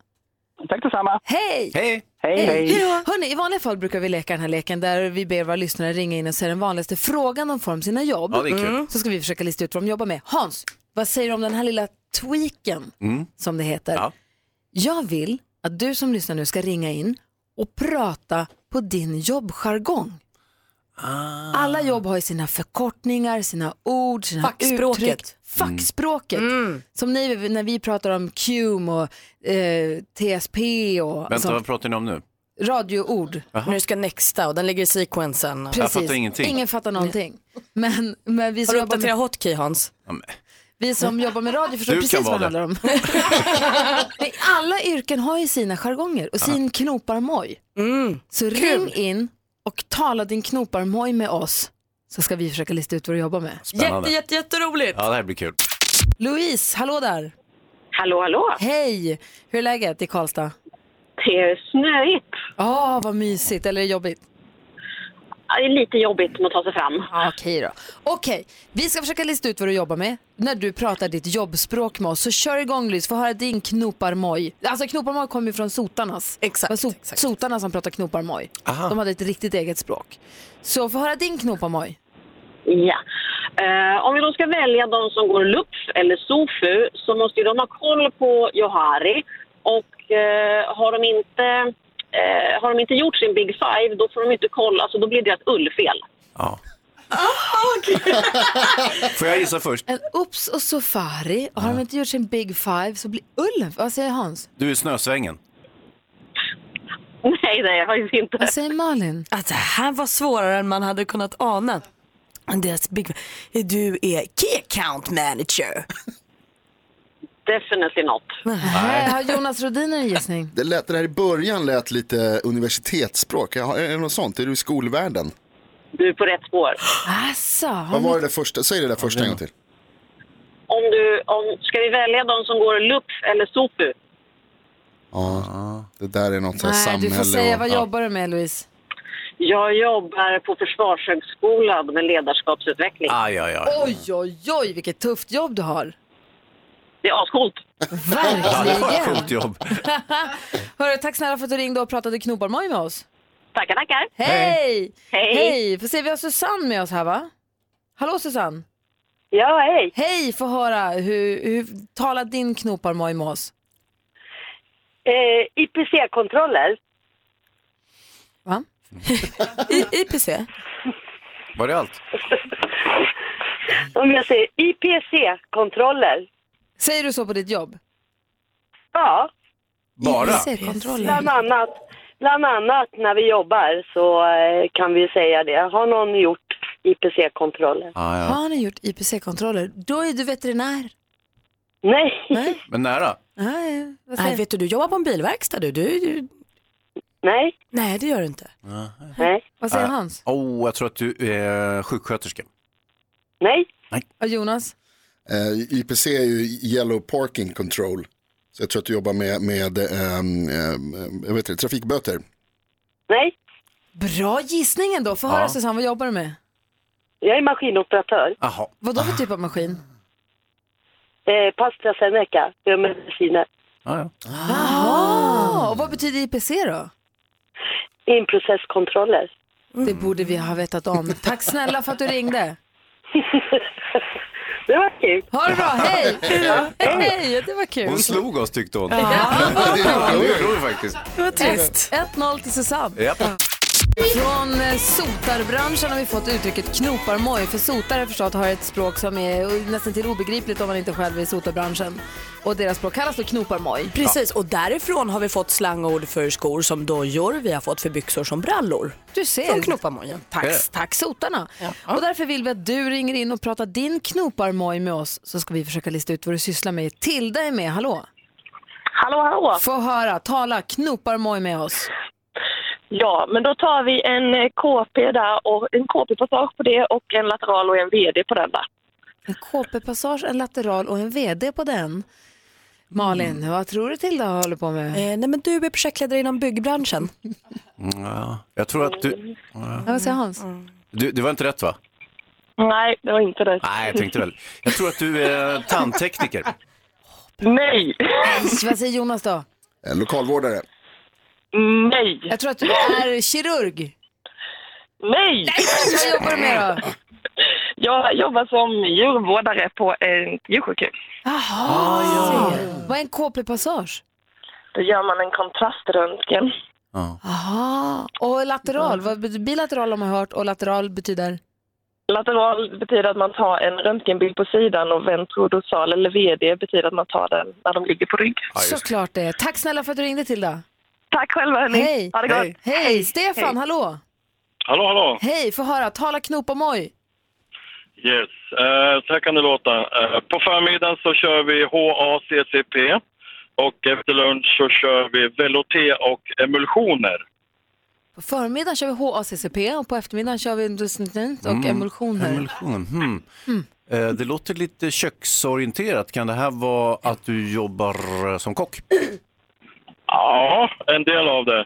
[SPEAKER 4] Tack detsamma.
[SPEAKER 1] Hej!
[SPEAKER 3] Hej!
[SPEAKER 4] Hej, hej.
[SPEAKER 1] Hörrni, i vanliga fall brukar vi leka den här leken där vi ber våra lyssnare ringa in och säga den vanligaste frågan de får om sina jobb.
[SPEAKER 3] Ja, det är kul.
[SPEAKER 1] Så ska vi försöka lista ut vad de jobbar med. Hans, vad säger du om den här lilla tweaken som det heter?
[SPEAKER 3] Mm. Ja.
[SPEAKER 1] Jag vill att du som lyssnar nu ska ringa in och prata på din jobbjargong.
[SPEAKER 3] Ah.
[SPEAKER 1] Alla jobb har ju sina förkortningar, sina ord, sina
[SPEAKER 2] Fackspråket. Mm.
[SPEAKER 1] uttryck. Fackspråket.
[SPEAKER 3] Mm.
[SPEAKER 1] Som ni, när vi pratar om QM och eh, TSP och
[SPEAKER 3] Vänta,
[SPEAKER 1] sånt.
[SPEAKER 3] vad pratar ni om nu?
[SPEAKER 1] radioord.
[SPEAKER 2] Nu ska nexta och den ligger i sequensen. Har
[SPEAKER 1] Precis.
[SPEAKER 3] fattar ingenting.
[SPEAKER 1] Ingen fattar någonting. Men, men vi, som
[SPEAKER 2] du
[SPEAKER 1] jobbar med,
[SPEAKER 2] uppdaterat hotkey Hans?
[SPEAKER 3] Ja, men-
[SPEAKER 1] vi som jobbar med radio förstår
[SPEAKER 3] Mm. Du
[SPEAKER 1] precis
[SPEAKER 3] kan
[SPEAKER 1] vad det
[SPEAKER 3] vara
[SPEAKER 1] handlar om. Men alla yrken har ju sina jargonger och sin knoparmoj. Så ring in och tala din knoparmoj med oss så ska vi försöka lista ut vad du jobbar med.
[SPEAKER 2] Jätte,
[SPEAKER 3] Spännande.
[SPEAKER 2] jätte, jätteroligt.
[SPEAKER 3] Ja, det här blir kul.
[SPEAKER 1] Louise, hallå där!
[SPEAKER 5] Hallå, hallå!
[SPEAKER 1] Hej! Hur är läget i Karlstad?
[SPEAKER 5] Det är snöigt.
[SPEAKER 1] Åh, vad mysigt, eller är det jobbigt?
[SPEAKER 5] Ja, Det är lite jobbigt att ta sig fram.
[SPEAKER 1] Ja, Okej då. Okej, vi ska försöka lista ut vad du jobbar med. När du pratar ditt jobbspråk med oss, så kör igång Lys, få höra din knoparmoj. Alltså knoparmoj kommer ju från sotarnas.
[SPEAKER 2] Exakt,
[SPEAKER 1] Det var so-
[SPEAKER 2] exakt.
[SPEAKER 1] Sotarna som pratar knoparmoj.
[SPEAKER 3] Aha.
[SPEAKER 6] Ah.
[SPEAKER 1] De hade ett riktigt eget språk. Så få höra din knoparmoj.
[SPEAKER 5] Ja. Eh, om vi då ska välja de som går LUPF eller SOFU så måste ju de ha koll på Johari. Och eh, har, de inte, alltså, eh, har de inte gjort sin Big Five då får de inte kolla så då blir det ett ullfel.
[SPEAKER 3] Ja. Får jag gissa först?
[SPEAKER 1] En Ups och Safari, har
[SPEAKER 6] Ah.
[SPEAKER 1] de inte gjort sin Big Five så blir Ulf, vad säger Hans?
[SPEAKER 3] Du är snösvängen.
[SPEAKER 5] Nej, det är jag faktiskt inte.
[SPEAKER 1] Vad säger Malin?
[SPEAKER 2] Att det här var svårare än man hade kunnat ana. Deras big... Du är key account manager.
[SPEAKER 5] Definitely not.
[SPEAKER 6] Ah.
[SPEAKER 1] Nej. Har Jonas Rodin en gissning?
[SPEAKER 6] Det, lät, det där i början lät lite universitetsspråk. Är är det något sånt? Är du i skolvärlden?
[SPEAKER 5] Du är på rätt spår.
[SPEAKER 1] Alltså, har
[SPEAKER 6] Vad
[SPEAKER 1] ni...
[SPEAKER 6] var det där första? Säg det där första en gång till.
[SPEAKER 5] Om du, om, ska vi välja de som går LUPF eller SOPU?
[SPEAKER 6] Ja, det där är något så här
[SPEAKER 1] Nej,
[SPEAKER 6] samhälle.
[SPEAKER 1] du får säga,
[SPEAKER 6] och-
[SPEAKER 1] vad
[SPEAKER 6] ja.
[SPEAKER 1] jobbar du med Louise?
[SPEAKER 5] Jag jobbar på Försvarshögskolan med ledarskapsutveckling.
[SPEAKER 3] Aj, aj, aj.
[SPEAKER 1] Oj, oj, oj, vilket tufft jobb du har.
[SPEAKER 5] Det är ascoolt.
[SPEAKER 3] Ja, det var ett
[SPEAKER 1] Verkligen.
[SPEAKER 3] coolt jobb.
[SPEAKER 1] Hörru, tack snälla för att du ringde och pratade knoparmoj med oss.
[SPEAKER 5] Tackar, tackar.
[SPEAKER 1] Hej!
[SPEAKER 5] Hej.
[SPEAKER 1] Hej! Får se, vi har Susanne med oss här va? Hallå Susanne!
[SPEAKER 5] Ja, hej.
[SPEAKER 1] Hej, få höra, hur, hur talar din knoparmoj med oss?
[SPEAKER 5] Eh, IPC-kontroller.
[SPEAKER 1] Va?
[SPEAKER 2] I, IPC?
[SPEAKER 3] Var det allt?
[SPEAKER 5] Om jag säger IPC-kontroller.
[SPEAKER 1] Säger du så på ditt jobb?
[SPEAKER 5] Ja,
[SPEAKER 3] Bara?
[SPEAKER 1] kontrollen.
[SPEAKER 5] bland annat, bland annat när vi jobbar så eh, kan vi säga det. Har någon gjort IPC-kontroller?
[SPEAKER 3] Ah, ja.
[SPEAKER 1] Har ni gjort IPC-kontroller? Då är du veterinär.
[SPEAKER 5] Nej.
[SPEAKER 1] Nej,
[SPEAKER 3] Men nära.
[SPEAKER 1] nej. Vad
[SPEAKER 2] Nej,
[SPEAKER 1] säger
[SPEAKER 2] vet du, du jobbar på en bilverkstad du. du, du
[SPEAKER 5] Nej.
[SPEAKER 2] nej, det gör du inte.
[SPEAKER 5] Nej.
[SPEAKER 1] Vad säger Hans?
[SPEAKER 3] Oh, jag tror att du är sjuksköterska.
[SPEAKER 5] Nej.
[SPEAKER 1] Och Jonas?
[SPEAKER 6] Eh, IPC är ju Yellow Parking Control. Så jag tror att du jobbar med, med ehm, ehm, jag vet inte, trafikböter.
[SPEAKER 5] Nej.
[SPEAKER 1] Bra gissning ändå. Få höra Susanne, vad jobbar du med?
[SPEAKER 5] Jag är maskinoperatör.
[SPEAKER 3] Jaha.
[SPEAKER 1] Vad då för typ av maskin?
[SPEAKER 5] Eh, Pastra Seneca. Jag är mediciner.
[SPEAKER 3] Ah, ja.
[SPEAKER 1] Ah, och vad betyder IPC då?
[SPEAKER 5] Inprocesskontroller.
[SPEAKER 1] Det borde vi ha vetat om. Tack snälla för att du ringde.
[SPEAKER 5] Det var kul.
[SPEAKER 1] Ha det bra, hej! Hej, det var kul.
[SPEAKER 3] Hon slog oss tyckte hon. Ja, det gjorde hon faktiskt.
[SPEAKER 1] Det var trist. 1-0 till Susanne.
[SPEAKER 3] Japp.
[SPEAKER 1] Från eh, sotarbranschen har vi fått uttrycket knoparmoj. För sotare förstås har ett språk som är eh, nästan till obegripligt om man inte själv är i sotarbranschen. Och deras språk kallas för knoparmoj.
[SPEAKER 2] Precis, och därifrån har vi fått slangord för skor som dojor, vi har fått för byxor som brallor.
[SPEAKER 1] Du ser.
[SPEAKER 2] Från Knoppamojen.
[SPEAKER 3] Ja.
[SPEAKER 1] Tack, tack sotarna. Och därför vill vi att du ringer in och pratar din knoparmoj med oss så ska vi försöka lista ut vad du sysslar med. Tilda är med, hallå.
[SPEAKER 5] Hallå, hallå.
[SPEAKER 1] Få höra, tala knoparmoj med oss.
[SPEAKER 5] Ja, men då tar vi en eh, KP där och en KP-passage på det och en lateral och en VD på den där.
[SPEAKER 1] En KP-passage, en lateral och en VD på den. Malin, vad tror du Tilda håller på med?
[SPEAKER 2] Eh, nej men du är projektledare inom byggbranschen.
[SPEAKER 3] Ja. Jag tror att du,
[SPEAKER 1] Ja, vad säger Hans?
[SPEAKER 3] du... Det var inte rätt va?
[SPEAKER 5] Nej, det var inte det.
[SPEAKER 3] Nej, jag tänkte väl. Jag tror att du är tandtekniker.
[SPEAKER 5] Nej,
[SPEAKER 1] Vad säger Jonas då?
[SPEAKER 6] Eh, lokalvårdare.
[SPEAKER 5] nej,
[SPEAKER 1] Jag tror att du är kirurg.
[SPEAKER 5] nej!
[SPEAKER 1] Vad jobbar du med då?
[SPEAKER 5] Jag jobbar som djurvårdare på ett djursjukhus.
[SPEAKER 1] Jaha, vad är en KP-passage?
[SPEAKER 5] Då gör man en kontraströntgen.
[SPEAKER 1] Aha. Och lateral, vad bet- bilateral har man hört och lateral betyder?
[SPEAKER 5] Lateral betyder att man tar en röntgenbild på sidan och ventrodosal eller VD betyder att man tar den när de ligger på rygg.
[SPEAKER 3] Ja, just det.
[SPEAKER 1] Såklart det. Tack snälla för att du ringde Tilda.
[SPEAKER 5] Tack själva hörni!
[SPEAKER 1] Hej.
[SPEAKER 5] Ha det gott!
[SPEAKER 3] Hej.
[SPEAKER 1] Hej, Stefan, hallå!
[SPEAKER 9] Hallå, hallå.
[SPEAKER 1] Hej, få höra, tala knop och moj.
[SPEAKER 9] Yes, eh, så här kan det låta. Eh, på förmiddagen så kör vi HACCP och efter lunch så kör vi Veloté och emulsioner.
[SPEAKER 1] På förmiddagen kör vi HACCP och på eftermiddagen kör vi industrint och
[SPEAKER 3] Mm.
[SPEAKER 1] emulsioner.
[SPEAKER 3] Emulsion. Hmm. Eh, Det låter lite köksorienterat. Kan det här vara att du jobbar eh, som kock?
[SPEAKER 9] Ja, en del av det.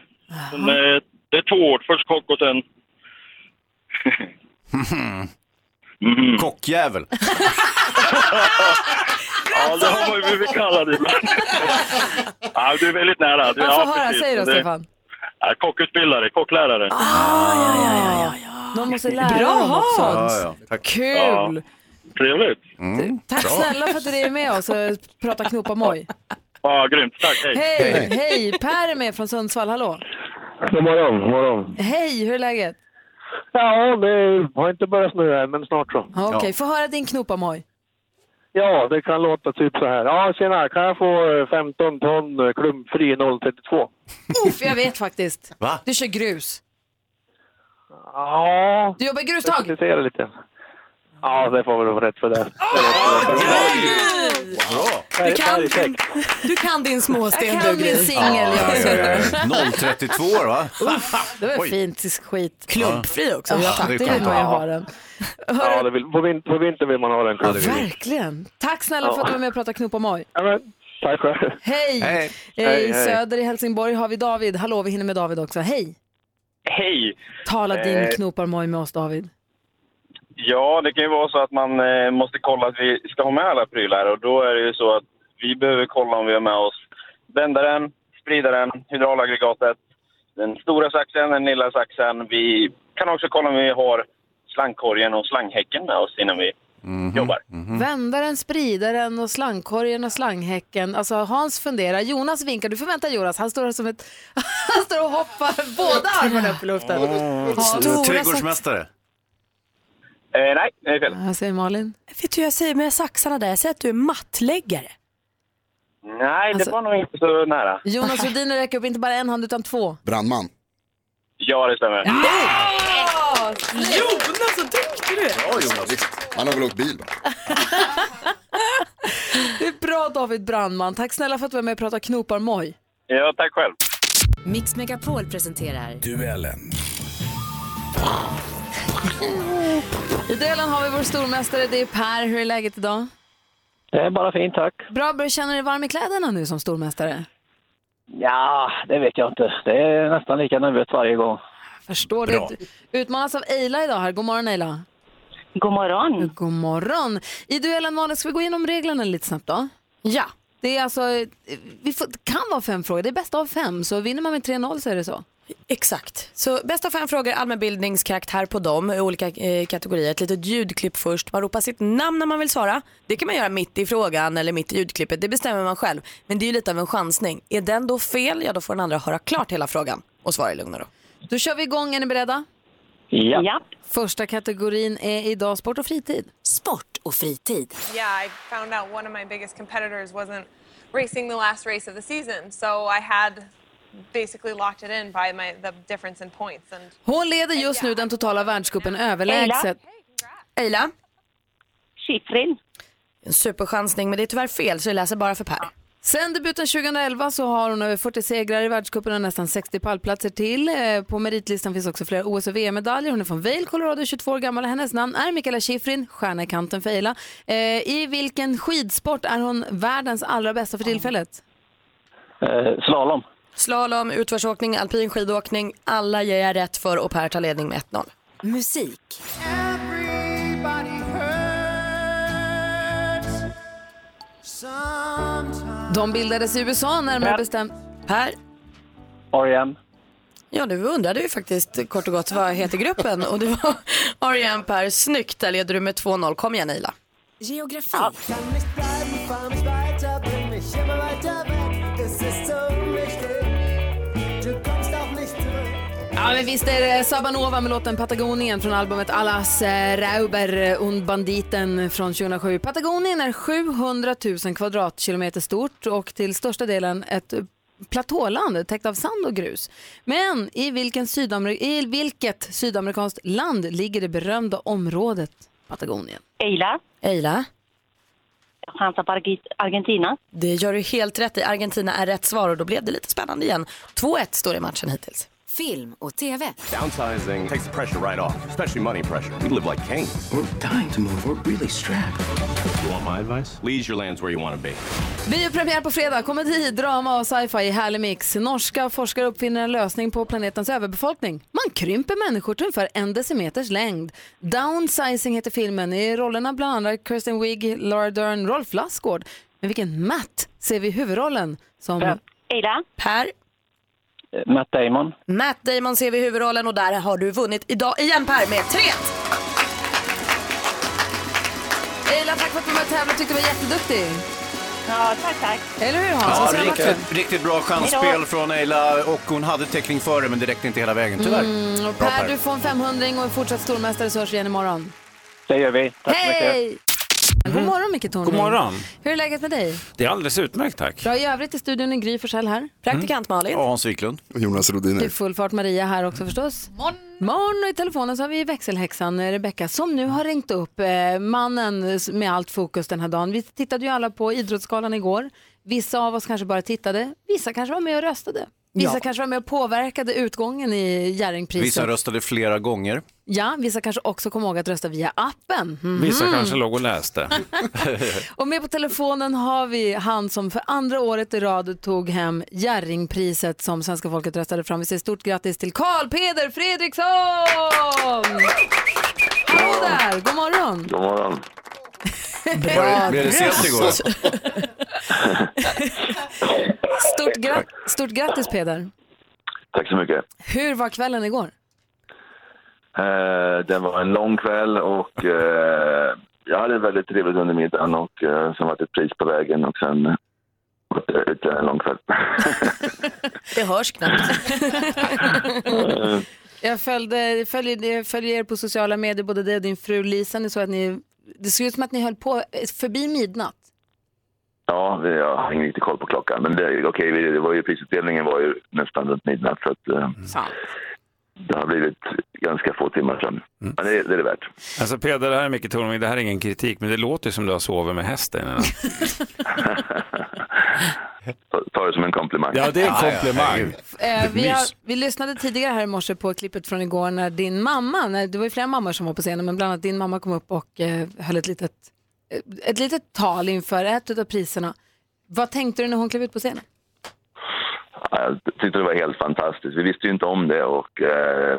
[SPEAKER 9] Men, eh, det är två ord, först kock och sen...
[SPEAKER 3] Kockjävel.
[SPEAKER 9] Ja, det har man ju blivit kallad ibland. ja, du är väldigt nära. Du,
[SPEAKER 1] Man får
[SPEAKER 9] ja,
[SPEAKER 1] höra,
[SPEAKER 9] precis.
[SPEAKER 1] säg då
[SPEAKER 9] Det-
[SPEAKER 1] Stefan.
[SPEAKER 9] Ja, kockutbildare, kocklärare.
[SPEAKER 1] De måste lära
[SPEAKER 2] Bra,
[SPEAKER 1] dem också.
[SPEAKER 3] Ja, ja. Tack.
[SPEAKER 1] Kul!
[SPEAKER 9] Trevligt.
[SPEAKER 1] Tack snälla för att du är med oss och pratar knop och moj.
[SPEAKER 9] Ja, grymt. Tack, hej.
[SPEAKER 1] Hej, hej! Per är med från Sundsvall, hallå.
[SPEAKER 10] God morgon, god morgon.
[SPEAKER 1] Hej, hur är läget?
[SPEAKER 10] Ja, det har inte börjat snöa än, men snart så.
[SPEAKER 1] Ja, Okej, få höra din knopamoj.
[SPEAKER 10] Ja, det kan låta typ så här. Ja, tjena, kan jag få eh, 15 ton eh, klumpfri 032?
[SPEAKER 1] Uff, jag vet faktiskt.
[SPEAKER 3] Va?
[SPEAKER 1] Du kör grus.
[SPEAKER 10] Ja,
[SPEAKER 1] Du jobbar i
[SPEAKER 10] jag
[SPEAKER 1] grustag.
[SPEAKER 10] ska se det lite. Ja, det får väl vara rätt för det.
[SPEAKER 3] Bra!
[SPEAKER 10] Det är
[SPEAKER 2] kan-
[SPEAKER 10] perfekt.
[SPEAKER 2] Du kan din småsten
[SPEAKER 1] Jag kan
[SPEAKER 2] du,
[SPEAKER 1] min
[SPEAKER 2] Gry.
[SPEAKER 1] singel, jag ser du.
[SPEAKER 3] 032 år, va?
[SPEAKER 1] Det var
[SPEAKER 3] Oj.
[SPEAKER 1] fint skit.
[SPEAKER 2] Klumpfri också.
[SPEAKER 1] Ja,
[SPEAKER 2] Ja.
[SPEAKER 1] tack,
[SPEAKER 3] det
[SPEAKER 1] det
[SPEAKER 3] är
[SPEAKER 1] vill
[SPEAKER 3] klart.
[SPEAKER 1] man ju ha den.
[SPEAKER 10] Ja, det vill, på, vin- på vintern vill man ha den.
[SPEAKER 3] Ja, det vill vi.
[SPEAKER 1] Verkligen. Tack snälla för att du var med och pratade knopamoj.
[SPEAKER 10] Ja, men, tack själv.
[SPEAKER 1] Hej!
[SPEAKER 3] Hej.
[SPEAKER 1] Eh,
[SPEAKER 10] Hej,
[SPEAKER 1] I
[SPEAKER 10] hej.
[SPEAKER 1] söder i Helsingborg har vi David. Hallå, vi hinner med David också. Hej!
[SPEAKER 9] Hej!
[SPEAKER 1] Tala din
[SPEAKER 9] Eh.
[SPEAKER 1] knopamoj med oss David.
[SPEAKER 9] Ja, det kan ju vara så att man eh, måste kolla att vi ska ha med alla prylar och då är det ju så att vi behöver kolla om vi har med oss vändaren, spridaren, hydraulaggregatet, den stora saxen, den lilla saxen. Vi kan också kolla om vi har slangkorgen och slanghäcken med oss innan vi jobbar.
[SPEAKER 3] Mhm.
[SPEAKER 1] Vändaren, spridaren och slangkorgen och slanghäcken. Alltså Hans funderar, Jonas vinkar. Du får vänta Jonas, han står som ett... Han står och hoppar båda armarna upp i luften.
[SPEAKER 3] Mm.
[SPEAKER 2] Stora
[SPEAKER 3] Trädgårdsmästare.
[SPEAKER 9] Eh, nej, det är fel.
[SPEAKER 1] Vad säger Malin?
[SPEAKER 2] Vet du hur jag säger med saxarna där? Jag säger att du är mattläggare.
[SPEAKER 9] Nej, det
[SPEAKER 1] Alltså-
[SPEAKER 9] var nog inte så nära.
[SPEAKER 1] Jonas Rhodiner räcker upp inte bara en hand utan två.
[SPEAKER 6] Brandman.
[SPEAKER 9] Ja, det stämmer.
[SPEAKER 2] Jonas, så tyckte du!
[SPEAKER 3] Ja, Jonas.
[SPEAKER 6] Visst, man har väl åkt bil va?
[SPEAKER 1] Det är bra David Brandman. Tack snälla för att du var med och pratade knoparmoj.
[SPEAKER 9] Ja, tack själv.
[SPEAKER 11] Mix Megapol presenterar
[SPEAKER 1] I duellen har vi vår stormästare, det är Per. Hur är läget idag?
[SPEAKER 10] Det är bara fint, tack.
[SPEAKER 1] Bra, börjar känna dig varm i kläderna nu som stormästare?
[SPEAKER 10] Ja, det vet jag inte. Det är nästan lika nervöst varje gång.
[SPEAKER 1] Förstår
[SPEAKER 3] Bra.
[SPEAKER 1] du. Utmanas av Eila idag här. God morgon Eila.
[SPEAKER 5] God morgon.
[SPEAKER 1] God morgon. I duellen Malin, ska vi gå igenom reglerna lite snabbt då? Ja. Det är alltså, eh, vi får, det kan vara fem frågor, det är bäst av fem. Så vinner man med 3-0 så är det så.
[SPEAKER 2] Exakt. Så bästa fem frågor, allmänbildningskaraktär på dem, i olika eh, kategorier. Ett litet ljudklipp först. Man ropar sitt namn när man vill svara. Det kan man göra mitt i frågan eller mitt i ljudklippet. Det bestämmer man själv. Men det är ju lite av en chansning. Är den då fel, ja då får den andra höra klart hela frågan och svara i lugn och ro.
[SPEAKER 1] Då kör vi igång, är ni beredda?
[SPEAKER 10] Ja.
[SPEAKER 5] Ja.
[SPEAKER 1] Första kategorin är idag sport och fritid.
[SPEAKER 11] Sport och fritid.
[SPEAKER 12] Yeah, I found out one of my biggest competitors wasn't racing the last race of the season, so I had basically locked it in by my the difference in points and
[SPEAKER 1] Hon leder just nu den totala världscupen
[SPEAKER 5] Eila.
[SPEAKER 1] överlägset.
[SPEAKER 2] Eila,
[SPEAKER 5] Kyckling.
[SPEAKER 2] en superchansning men det är tyvärr fel så jag läser bara för Per.
[SPEAKER 1] Sen debuten 2011 så har hon över 40 segrar i världscupen och nästan 60 pallplatser till. Eh, På meritlistan finns också flera OS och VM-medaljer. Hon är från Vail, Colorado, 22 år gammal. Hennes namn är Mikaela Shiffrin, stjärna i kanten för Eila. Eh, I vilken skidsport är hon världens allra bästa för tillfället?
[SPEAKER 10] Eh, slalom.
[SPEAKER 2] Slalom, utförsåkning, alpin skidåkning. Alla ger jag rätt för och Per tar ledning med 1-0.
[SPEAKER 11] Musik.
[SPEAKER 1] De bildades i USA närmare
[SPEAKER 10] Ja.
[SPEAKER 1] bestämt.
[SPEAKER 2] Per,
[SPEAKER 10] R.E.M.
[SPEAKER 2] Ja, du undrade ju faktiskt kort och gott vad heter gruppen och det var R.E.M. Per. Snyggt, där leder du med 2-0. Kom igen Eila.
[SPEAKER 11] Geografi.
[SPEAKER 1] Ja, men visst är det Sabanova med låten Patagonien från albumet Alas eh, Rauber und Banditen från 2007. Patagonien är 700 000 kvadratkilometer stort och till största delen ett eh, platåland täckt av sand och grus. Men i, vilken Sydamer- i vilket sydamerikanskt land ligger det berömda området Patagonien?
[SPEAKER 5] Eila.
[SPEAKER 2] Eila,
[SPEAKER 5] Jag chansar på Argi- Argentina.
[SPEAKER 2] det gör du helt rätt i. Argentina är rätt svar och då blev det lite spännande igen. 2-1 står det i matchen hittills.
[SPEAKER 11] Film och tv.
[SPEAKER 8] Downsizing takes the pressure right off, especially money pressure. We live like kings. We're dying to move. We're really strapped. You want my advice? Leave your lands where you want to be.
[SPEAKER 1] Biopremiär på fredag, komedi, drama och sci-fi i härlig mix. Norska forskare uppfinner en lösning på planetens överbefolkning. Man krymper människor till ungefär en decimeters längd. Downsizing heter filmen. I rollerna bland andra Kirsten Wigg, Laura Dern, Rolf Lassgård. Men vilken Matt ser vi i huvudrollen som...
[SPEAKER 10] Matt.
[SPEAKER 5] Eila.
[SPEAKER 2] Per,
[SPEAKER 10] Eh, Matt Damon.
[SPEAKER 2] Matt Damon ser vi i huvudrollen och där har du vunnit idag igen Per med 3-1.
[SPEAKER 1] Eila, tack för att du var med och tävlade. Tyckte du var jätteduktig.
[SPEAKER 13] Ja, tack, tack.
[SPEAKER 1] Eller hur
[SPEAKER 3] Ja,
[SPEAKER 1] Hans?
[SPEAKER 3] riktigt, riktigt bra
[SPEAKER 1] Hej
[SPEAKER 3] chansspel
[SPEAKER 1] då.
[SPEAKER 3] från Eila och hon hade täckning före men det räckte inte hela vägen tyvärr.
[SPEAKER 1] Mm, och
[SPEAKER 3] Bra,
[SPEAKER 1] per, du får en 500 och är fortsatt stormästare så hörs vi igen imorgon.
[SPEAKER 14] Det gör vi. Tack så mycket.
[SPEAKER 1] Hej! God morgon Micke Tornving.
[SPEAKER 15] Mm-hmm. God morgon.
[SPEAKER 1] Hur är läget med dig?
[SPEAKER 15] Det är alldeles utmärkt tack.
[SPEAKER 1] Bra i övrigt i studion är Gry Forssell här. Praktikant
[SPEAKER 2] Mm.
[SPEAKER 1] Malin.
[SPEAKER 3] Hans Wiklund.
[SPEAKER 6] Och Jonas
[SPEAKER 1] Det är
[SPEAKER 6] Rodiner.
[SPEAKER 1] full fart Maria här också förstås. Morgon. Morgon och i telefonen så har vi växelhäxan eh, Rebecka som nu har ringt upp eh, mannen s- med allt fokus den här dagen. Vi tittade ju alla på Idrottsgalan igår. Vissa av oss kanske bara tittade, vissa kanske var med och röstade. Vissa
[SPEAKER 3] Ja.
[SPEAKER 1] kanske var med och påverkade utgången i Jerringpriset.
[SPEAKER 3] Vissa röstade flera gånger.
[SPEAKER 1] Ja, vissa kanske också kom ihåg att rösta via appen. Mhm.
[SPEAKER 15] Vissa kanske låg och läste.
[SPEAKER 1] Och med på telefonen har vi han som för andra året i rad tog hem Jerringpriset som svenska folket röstade fram. Vi säger stort grattis till Karl Peder Fredriksson! Hallå där, god morgon!
[SPEAKER 16] God morgon.
[SPEAKER 1] Bra
[SPEAKER 16] Blev det sent igår?
[SPEAKER 1] röst. Stort, gra- stort grattis Peder!
[SPEAKER 16] Tack så mycket.
[SPEAKER 1] Hur var kvällen igår?
[SPEAKER 16] Eh, det var en lång kväll och eh, jag hade väldigt trevligt under middagen och eh, sen var det ett pris på vägen och sen var det ytterligare en lång kväll.
[SPEAKER 2] Det hörs knappt.
[SPEAKER 16] Eh,
[SPEAKER 1] Jag följde, följde, jag följer er på sociala medier, både dig och din fru Lisa. Ni såg att ni, det såg ut som att ni höll på eh, förbi midnatt.
[SPEAKER 16] ja, vi- jag har ingen riktig koll på klockan men det, okej, vi- det var ju, prisutdelningen var ju nästan runt midnatt så att, eh, det har blivit ganska få timmar sedan. Men det, det är det värt.
[SPEAKER 15] Mm. Alltså Peder, det här är mycket Tornving, det här är ingen kritik, men det låter ju som du har sovit med hästen. innan.
[SPEAKER 16] Ta, ta det som en komplimang.
[SPEAKER 15] Ja, det är en komplimang.
[SPEAKER 1] Eh, vi, har,
[SPEAKER 16] Mys.
[SPEAKER 1] vi lyssnade tidigare här i morse på klippet från igår när din mamma, när, det var ju flera mammor som var på scenen, men bland annat din mamma kom upp och eh, höll ett litet, eh, ett litet tal inför ett av priserna. Vad tänkte du när hon klev ut på scenen?
[SPEAKER 16] Ja, Jag tyckte det var helt fantastiskt. Vi visste ju inte om det och eh,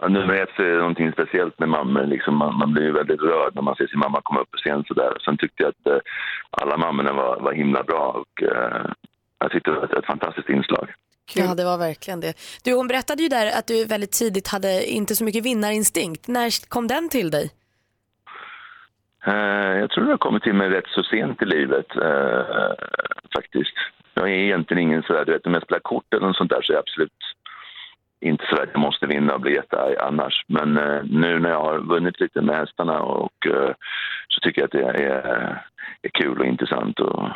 [SPEAKER 16] ja, nummer ett så är det någonting speciellt med mammor. Liksom man, man blir ju väldigt rörd när man ser sin mamma komma upp på scen sådär. Sen tyckte jag att eh, alla mammorna var, var himla bra och eh, jag tyckte det var ett, ett fantastiskt inslag.
[SPEAKER 2] Ja, det var verkligen det. Du, hon berättade ju där att du väldigt tidigt hade inte så mycket vinnarinstinkt. När kom den till dig?
[SPEAKER 16] Eh, jag tror det har kommit till mig rätt så sent i livet eh, faktiskt. Jag är egentligen ingen sådär, du vet om jag spelar kort eller något sånt där så är jag absolut inte sådär att jag måste vinna och bli jättearg annars. Men eh, nu när jag har vunnit lite med hästarna och eh, så tycker jag att det är, är kul och intressant och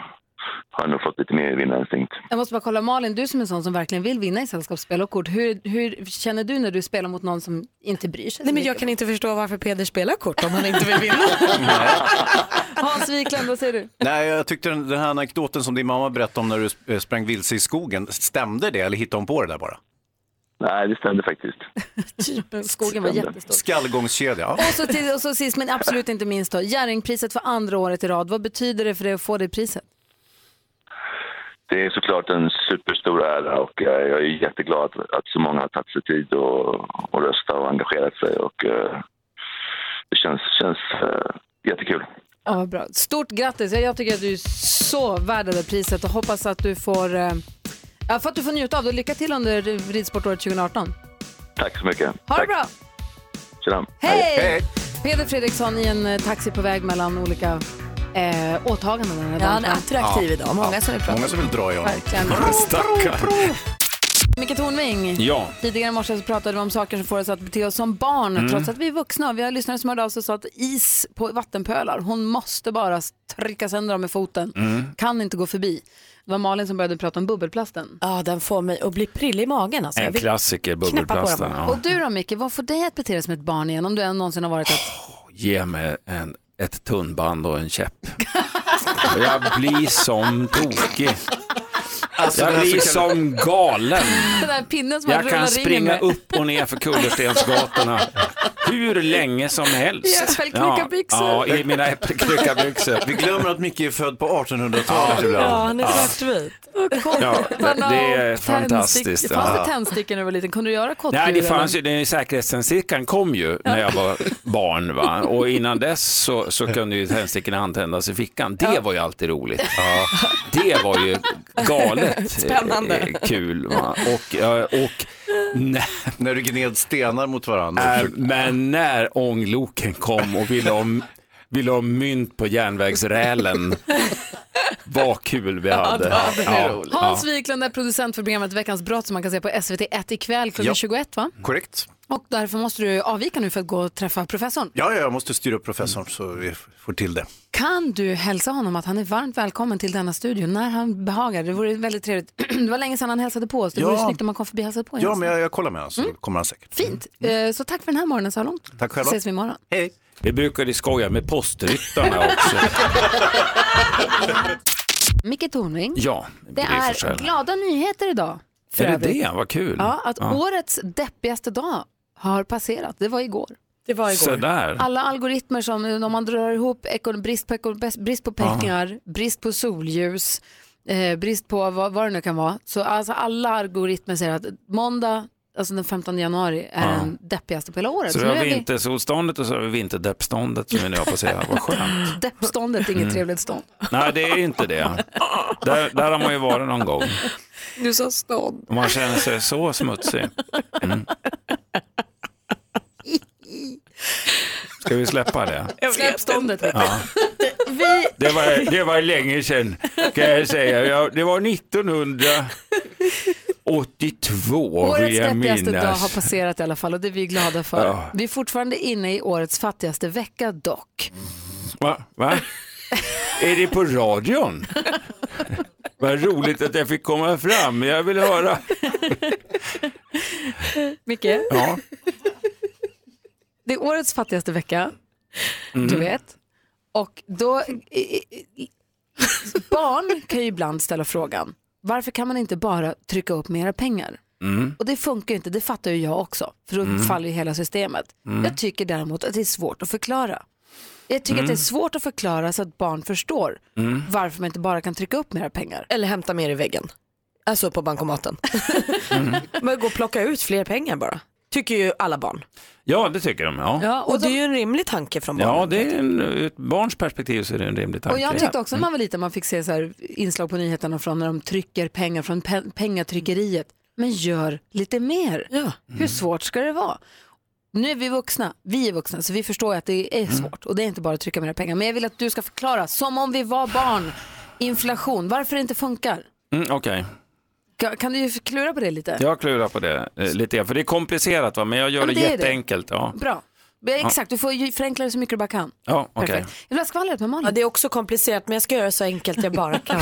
[SPEAKER 16] har nog fått lite mer vinnarinstinkt.
[SPEAKER 1] Jag måste bara kolla, Malin, du som är en sån som verkligen vill vinna i sällskapsspel och kort, hur, hur känner du när du spelar mot någon som inte bryr sig?
[SPEAKER 2] Nej, men jag kan inte förstå varför Peder spelar kort om han inte vill vinna.
[SPEAKER 1] Hans Wiklund, vad säger du?
[SPEAKER 3] Nej, jag tyckte den, den här anekdoten som din mamma berättade om när du sp- eh, sprang vilse i skogen, stämde det eller hittade hon på det där bara?
[SPEAKER 16] Nej, det stämde faktiskt.
[SPEAKER 2] Typ
[SPEAKER 1] Skogen var jättestor.
[SPEAKER 3] Skallgångskedja, ja.
[SPEAKER 1] Och så, till, och så sist men absolut inte minst då, Jerringpriset för andra året i rad. Vad betyder det för dig att få det priset?
[SPEAKER 16] Det är såklart en superstor ära och eh, jag är jätteglad att, att så många har tagit sig tid och, och rösta och engagerat sig. Och, eh, det känns, känns eh, jättekul.
[SPEAKER 1] Ja, vad bra. Stort grattis. Jag tycker att du är så värd det där priset och hoppas att du får, eh, ja, för att du får njuta av det. Lycka till under ridsportåret 2018.
[SPEAKER 16] Tack så mycket.
[SPEAKER 1] Ha det
[SPEAKER 16] Tack.
[SPEAKER 1] bra.
[SPEAKER 16] Tjena.
[SPEAKER 1] Hej! Peder Fredriksson i en eh, taxi på väg mellan olika eh, åtaganden. den här
[SPEAKER 2] Ja, han
[SPEAKER 1] dagen.
[SPEAKER 2] är attraktiv
[SPEAKER 3] Ja.
[SPEAKER 2] idag. Många som vill prata
[SPEAKER 3] Många som vill dra i honom.
[SPEAKER 1] Verkligen.
[SPEAKER 15] Stackare.
[SPEAKER 1] Micke Tornving,
[SPEAKER 15] Ja.
[SPEAKER 1] tidigare i morse så pratade vi om saker som får oss att bete oss som barn
[SPEAKER 15] Mm.
[SPEAKER 1] trots att vi är vuxna. Vi har lyssnare som hörde av sig och sa att is på vattenpölar, hon måste bara trycka sönder dem med foten.
[SPEAKER 2] Mm.
[SPEAKER 1] Kan inte gå förbi. Det var Malin som började prata om bubbelplasten.
[SPEAKER 2] Ja, den får mig att bli prillig i magen. Alltså. Jag
[SPEAKER 15] En
[SPEAKER 2] vill
[SPEAKER 15] klassiker,
[SPEAKER 2] knäppa på den.
[SPEAKER 15] bubbelplasten.
[SPEAKER 1] Och
[SPEAKER 15] Ja.
[SPEAKER 1] du då Micke, vad får dig att bete dig som ett barn igen om du än någonsin har varit ett...
[SPEAKER 15] Ge mig en, ett tunnband och en käpp. Jag blir som tokig.
[SPEAKER 1] Alltså, det
[SPEAKER 15] jag
[SPEAKER 1] här
[SPEAKER 15] blir
[SPEAKER 1] så kallade-
[SPEAKER 15] som galen.
[SPEAKER 1] Den där pinnen som man
[SPEAKER 15] Jag
[SPEAKER 1] rullar
[SPEAKER 15] kan
[SPEAKER 1] ringen
[SPEAKER 15] springa
[SPEAKER 1] med.
[SPEAKER 15] upp och ner för kullerstensgatorna hur länge som helst.
[SPEAKER 1] I äppelklickarbyxor.
[SPEAKER 15] Ja, ja, i mina äppelklyckarbyxor.
[SPEAKER 3] Vi glömmer att Micke är född på 1800-talet ibland.
[SPEAKER 2] svartvit.
[SPEAKER 15] Ja, det- det är fantastiskt.
[SPEAKER 1] Fanns det
[SPEAKER 15] Ja.
[SPEAKER 1] tändstickor när du var liten? Kunde du göra kottlur?
[SPEAKER 15] Nej, det fanns
[SPEAKER 1] eller?
[SPEAKER 15] ju, den säkerhetständstickan kom ju när jag var barn va? och innan dess så, så kunde ju tändstickorna antändas i fickan. Det var ju alltid roligt. Det var ju galet eh,
[SPEAKER 3] Spännande.
[SPEAKER 15] eh, kul. Va? Och, eh, och
[SPEAKER 3] När du gned stenar mot varandra.
[SPEAKER 15] men när ångloken kom och ville om ville ha mynt på järnvägsrälen. Vad kul vi hade.
[SPEAKER 1] Hans Wiklund är producent för programmet Veckans brott som man kan se på SVT1 ikväll klockan
[SPEAKER 3] Ja.
[SPEAKER 1] 21 va?
[SPEAKER 3] Korrekt.
[SPEAKER 1] Och därför måste du avvika nu för att gå och träffa professorn.
[SPEAKER 3] Ja, ja, jag måste styra upp professorn så vi får till det.
[SPEAKER 1] Kan du hälsa honom att han är varmt välkommen till denna studio när han behagar? Det vore väldigt trevligt. det var länge sedan han hälsade på oss. Det vore
[SPEAKER 3] Ja.
[SPEAKER 1] snyggt om han kom förbi och hälsade på.
[SPEAKER 3] Ja, men jag, jag kollar med honom så kommer han säkert.
[SPEAKER 1] Fint. Eh, Så tack för den här morgonen så här långt.
[SPEAKER 15] Tack själva.
[SPEAKER 1] ses vi imorgon.
[SPEAKER 3] Hej.
[SPEAKER 15] Vi brukade skoja med postryttarna också.
[SPEAKER 1] Micke Tornving.
[SPEAKER 15] Ja,
[SPEAKER 1] Det
[SPEAKER 15] Gry
[SPEAKER 1] är
[SPEAKER 15] Forssell.
[SPEAKER 1] glada nyheter idag. för
[SPEAKER 15] Är det
[SPEAKER 1] övrigt.
[SPEAKER 15] det? Vad kul.
[SPEAKER 1] Ja, att
[SPEAKER 15] Ja.
[SPEAKER 1] årets deppigaste dag har passerat. Det var igår. Det var
[SPEAKER 15] igår. Sådär.
[SPEAKER 1] Alla algoritmer som, om man drar ihop ekon, brist, på, ekon, bäst- brist på pengar, brist på solljus, eh, brist på vad, vad det nu kan vara. Så alltså alla algoritmer säger att måndag, alltså den 15 januari, är
[SPEAKER 15] Ja.
[SPEAKER 1] den deppigaste på hela året.
[SPEAKER 15] Så
[SPEAKER 1] Så
[SPEAKER 15] vi
[SPEAKER 1] nu
[SPEAKER 15] har
[SPEAKER 1] är vi
[SPEAKER 15] vintersolståndet och så har vi vinterdeppståndet som vi nu har passerat. Vad skönt.
[SPEAKER 1] deppståndet, inget
[SPEAKER 15] Mm.
[SPEAKER 1] trevligt stånd.
[SPEAKER 15] Nej, det är ju inte det. Där, där har man ju varit någon gång.
[SPEAKER 1] Du sa stånd.
[SPEAKER 15] Och man känner sig så smutsig. Mm. Ska vi släppa det?
[SPEAKER 1] Släpp ståndet.
[SPEAKER 15] Ja.
[SPEAKER 1] Vi...
[SPEAKER 15] Det, var, det var länge sedan, kan jag säga. Jag, det var 1982, vill
[SPEAKER 1] Årets
[SPEAKER 15] jag
[SPEAKER 1] deppigaste dag har
[SPEAKER 15] minnas.
[SPEAKER 1] passerat i alla fall och det är vi glada för.
[SPEAKER 15] Ja.
[SPEAKER 1] Vi är fortfarande inne i årets fattigaste vecka dock.
[SPEAKER 15] Va? Va? Är det på radion? Vad roligt att jag fick komma fram. Jag vill höra.
[SPEAKER 1] Micke,
[SPEAKER 15] Ja.
[SPEAKER 1] det är årets fattigaste vecka,
[SPEAKER 15] Mm.
[SPEAKER 1] du vet. Och då... i- i- i- Barn kan ju ibland ställa frågan, varför kan man inte bara trycka upp mera pengar?
[SPEAKER 15] Mm.
[SPEAKER 1] Och det funkar ju inte, det fattar ju jag också, för då
[SPEAKER 15] Mm.
[SPEAKER 1] faller ju hela systemet.
[SPEAKER 15] Mm.
[SPEAKER 1] Jag tycker däremot att det är svårt att förklara. Jag tycker
[SPEAKER 2] Mm.
[SPEAKER 1] att det är svårt att förklara så att barn förstår
[SPEAKER 2] Mm.
[SPEAKER 1] varför man inte bara kan trycka upp mera pengar.
[SPEAKER 2] Eller hämta mer i väggen. Alltså på bankomaten. Men gå och plocka ut fler pengar bara. Tycker ju alla barn.
[SPEAKER 15] ja, det tycker de. Ja.
[SPEAKER 2] Ja, och det är ju en rimlig tanke från barnen.
[SPEAKER 15] Ja, det är en, ur ett barns perspektiv så är det en rimlig tanke.
[SPEAKER 1] Och jag tyckte
[SPEAKER 15] Mm.
[SPEAKER 1] också när man var liten, man fick se så här inslag på nyheterna från när de trycker pengar från pe- pengatryckeriet. Men gör lite mer.
[SPEAKER 15] Mm.
[SPEAKER 1] Hur svårt ska det vara? Nu är vi vuxna, vi är vuxna, så vi förstår att det
[SPEAKER 15] Mm.
[SPEAKER 1] är svårt. Och det är inte bara att trycka mer pengar. Men jag vill att du ska förklara, som om vi var barn, inflation, varför det inte funkar.
[SPEAKER 15] Mm, Okej.
[SPEAKER 1] Ka- Kan du ju klura på det lite?
[SPEAKER 15] Jag klurar på det eh, lite grann, för det är komplicerat va? men jag gör
[SPEAKER 1] Ja,
[SPEAKER 15] det,
[SPEAKER 1] men det är det.
[SPEAKER 15] jätteenkelt. Ja.
[SPEAKER 1] Bra. Ja, Exakt, du får ju förenkla det så mycket du bara kan.
[SPEAKER 15] Ja, okej.
[SPEAKER 1] Jag vill ha skvallret med Malin.
[SPEAKER 2] det är också komplicerat men jag ska göra det så enkelt jag bara kan.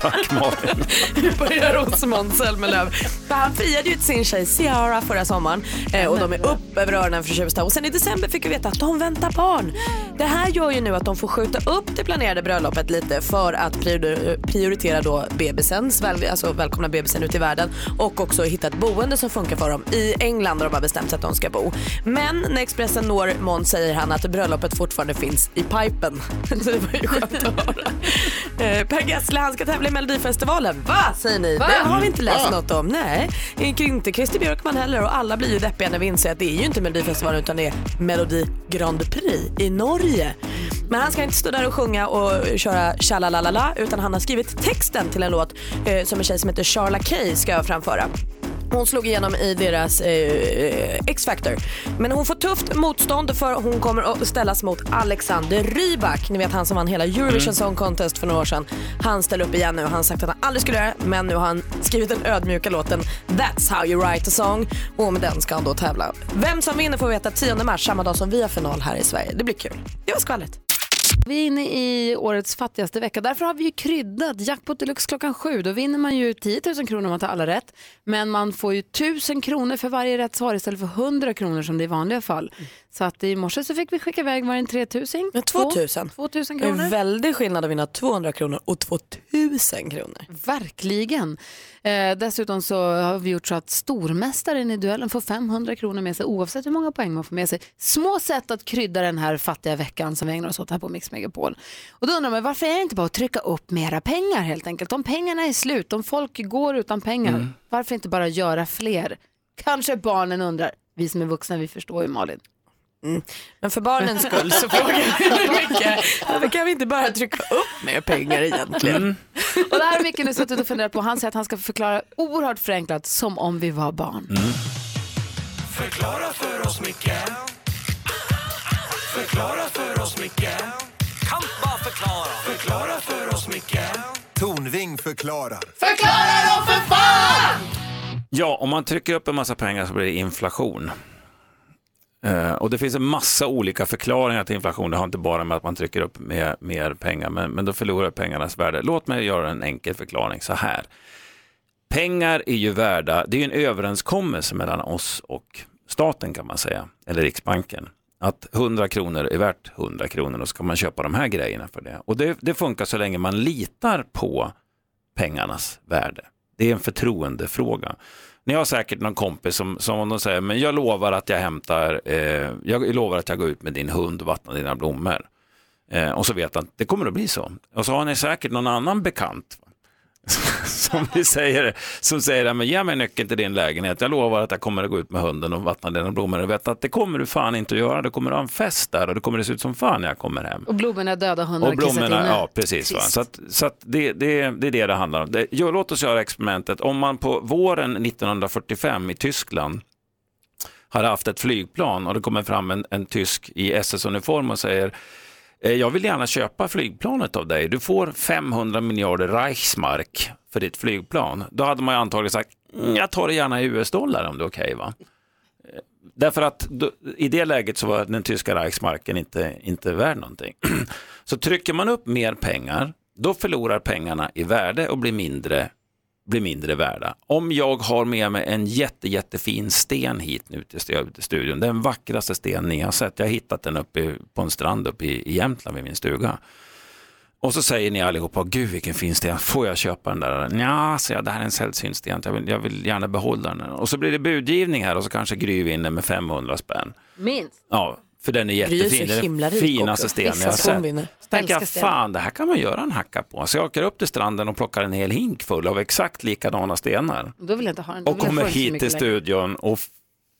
[SPEAKER 15] Tack Malin.
[SPEAKER 2] Nu börjar hos Måns Zelmerlöw. För Han friade ju till sin tjej Ciara förra sommaren eh, och de är upp över öronen förtjusta. Och sen i december fick vi veta att de väntar barn. Det här gör ju nu att de får skjuta upp det planerade bröllopet lite för att prior- prioritera då bebisens, väl, alltså välkomna bebisen ut i världen och också hitta ett boende som funkar för dem i England där de har bestämt sig att de ska bo. Men när Expressen når Måns säger han att bröllopet fortfarande finns i pipen. Så det var ju skönt att höra. Eh, Per Gessle han ska tävla i Melodifestivalen. Va säger ni?
[SPEAKER 1] Va?
[SPEAKER 2] Det har vi inte
[SPEAKER 1] Mm.
[SPEAKER 2] läst
[SPEAKER 1] Ja.
[SPEAKER 2] något om. Nej, inte Christer Björkman heller och alla blir ju deppiga när vi inser att det är ju inte Melodifestivalen utan det är Melodi Grand Prix i Norge. Men han ska inte stå där och sjunga och köra tjalalalala utan han har skrivit texten till en låt eh, som en tjej som heter Charla Kay ska framföra. Hon slog igenom i deras eh, X-Factor. Men hon får tufft motstånd för hon kommer att ställas mot Alexander Rybak. Ni vet han som vann hela Eurovision
[SPEAKER 13] Mm.
[SPEAKER 2] Song Contest för några år sedan. Han ställer upp igen nu. Han har sagt att han aldrig skulle göra det men nu har han skrivit den ödmjuka låten That's how you write a song och med den ska han då tävla. Vem som vinner får vi veta 10 mars, samma dag som vi har final här i Sverige. Det blir kul. Det var skvallret.
[SPEAKER 1] Vi är inne i årets fattigaste vecka. Därför har vi ju kryddat Jackpot Deluxe klockan sju. Då vinner man ju 10 000 kronor om man tar alla rätt. Men man får ju 1000 kronor för varje rätt svar istället för 100 kronor som det är i vanliga fall. Så att i morse så fick vi skicka iväg var det en 3000?
[SPEAKER 2] Men 2000.
[SPEAKER 1] 2000
[SPEAKER 2] Det är en
[SPEAKER 1] kronor.
[SPEAKER 2] väldig skillnad att vinna 200 kronor och 2000 kronor.
[SPEAKER 1] Verkligen. Eh, dessutom så har vi gjort så att stormästaren i duellen får 500 kronor med sig oavsett hur många poäng man får med sig. Små sätt att krydda den här fattiga veckan som vi ägnar oss åt här på Mix Megapol. Och då undrar man varför är det inte bara att trycka upp mera pengar helt enkelt? Om pengarna är slut, om folk går utan pengar,
[SPEAKER 2] Mm.
[SPEAKER 1] varför inte bara göra fler? Kanske barnen undrar. Vi som är vuxna vi förstår ju Malin.
[SPEAKER 2] Mm. Men för barnens skull så frågar jag mycket. Varför kan vi inte bara trycka upp mer pengar egentligen?
[SPEAKER 1] Och det här har Micke nu suttit och funderat på. Han säger att han ska förklara oerhört förenklat som om vi var
[SPEAKER 15] Mm.
[SPEAKER 1] barn.
[SPEAKER 17] Förklara för oss, Micke.
[SPEAKER 13] Förklara för oss, Micke. Kan bara förklara. Förklara för oss, Micke. Tornving förklarar.
[SPEAKER 1] Förklara dem för fan!
[SPEAKER 15] Ja, om man trycker upp en massa pengar så blir det inflation. Eh, och det finns en massa olika förklaringar till inflation. Det har inte bara med att man trycker upp mer, mer pengar, men, men då förlorar pengarnas värde. Låt mig göra en enkel förklaring så här. Pengar är ju värda, det är ju en överenskommelse mellan oss och staten kan man säga, eller Riksbanken. Att 100 kronor är värt 100 kronor och så kan man köpa de här grejerna för det. Och det, det funkar så länge man litar på pengarnas värde. Det är en förtroendefråga. Ni har säkert någon kompis som, som om de säger, men jag lovar att jag hämtar, eh, jag lovar att jag går ut med din hund och vattnar dina blommor. Eh, och så vet han, det kommer att bli så. Och så har ni säkert någon annan bekant va? som ni säger, som säger, men ge mig nyckeln till din lägenhet, jag lovar att jag kommer att gå ut med hunden och vattna dina blommor. Och vet att det kommer du fan inte att göra, du kommer att ha en fest där och det kommer det se ut som fan när jag kommer hem.
[SPEAKER 1] Och blommorna är döda hundar
[SPEAKER 15] Och blommorna,
[SPEAKER 1] inne.
[SPEAKER 15] ja precis. Va? Så, att, så att det, det, det är det det handlar om. Det, jo, låt oss göra experimentet. Om man på våren 1945 i Tyskland hade haft ett flygplan och det kommer fram en, en tysk i SS-uniform och säger "Eh, jag vill gärna köpa flygplanet av dig. Du får 500 miljarder Reichsmark för ditt flygplan. Då hade man ju antagligen sagt, "Mm, jag tar det gärna i US-dollar om det är okej va? Eh, Därför att då, i det läget så var den tyska Reichsmarken inte, inte värd någonting. Så trycker man upp mer pengar, då förlorar pengarna i värde och blir mindre, blir mindre värda. Om jag har med mig en jätte, jättefin sten hit nu till stu- till studion, den vackraste sten ni har sett, jag har hittat den uppe i- på en strand uppe i i Jämtland vid min stuga. Och så säger ni allihopa, gud vilken fin sten, får jag köpa den där? Nja, säger jag, det här är en sällsynt sten, jag vill, jag vill gärna behålla den. Och så blir det budgivning här och så kanske Gry vinner med 500 spänn.
[SPEAKER 1] Minst.
[SPEAKER 15] Ja, för den är
[SPEAKER 2] Gry är så
[SPEAKER 15] jättefin, det är
[SPEAKER 2] himla
[SPEAKER 15] den
[SPEAKER 2] rik
[SPEAKER 15] finaste
[SPEAKER 2] också.
[SPEAKER 15] stenen jag
[SPEAKER 2] Vissa
[SPEAKER 15] har
[SPEAKER 2] som
[SPEAKER 15] sett.
[SPEAKER 2] vinner.
[SPEAKER 15] Så tänker
[SPEAKER 2] Älskar
[SPEAKER 15] jag,
[SPEAKER 2] sten.
[SPEAKER 15] fan det här kan man göra en hacka på. Så jag åker upp till stranden och plockar en hel hink full av exakt likadana
[SPEAKER 2] Mm,
[SPEAKER 15] stenar.
[SPEAKER 1] Då vill jag inte ha den. Då
[SPEAKER 15] Och
[SPEAKER 1] vill jag
[SPEAKER 15] kommer
[SPEAKER 1] få den så
[SPEAKER 15] hit till
[SPEAKER 1] mycket längre.
[SPEAKER 15] studion och f-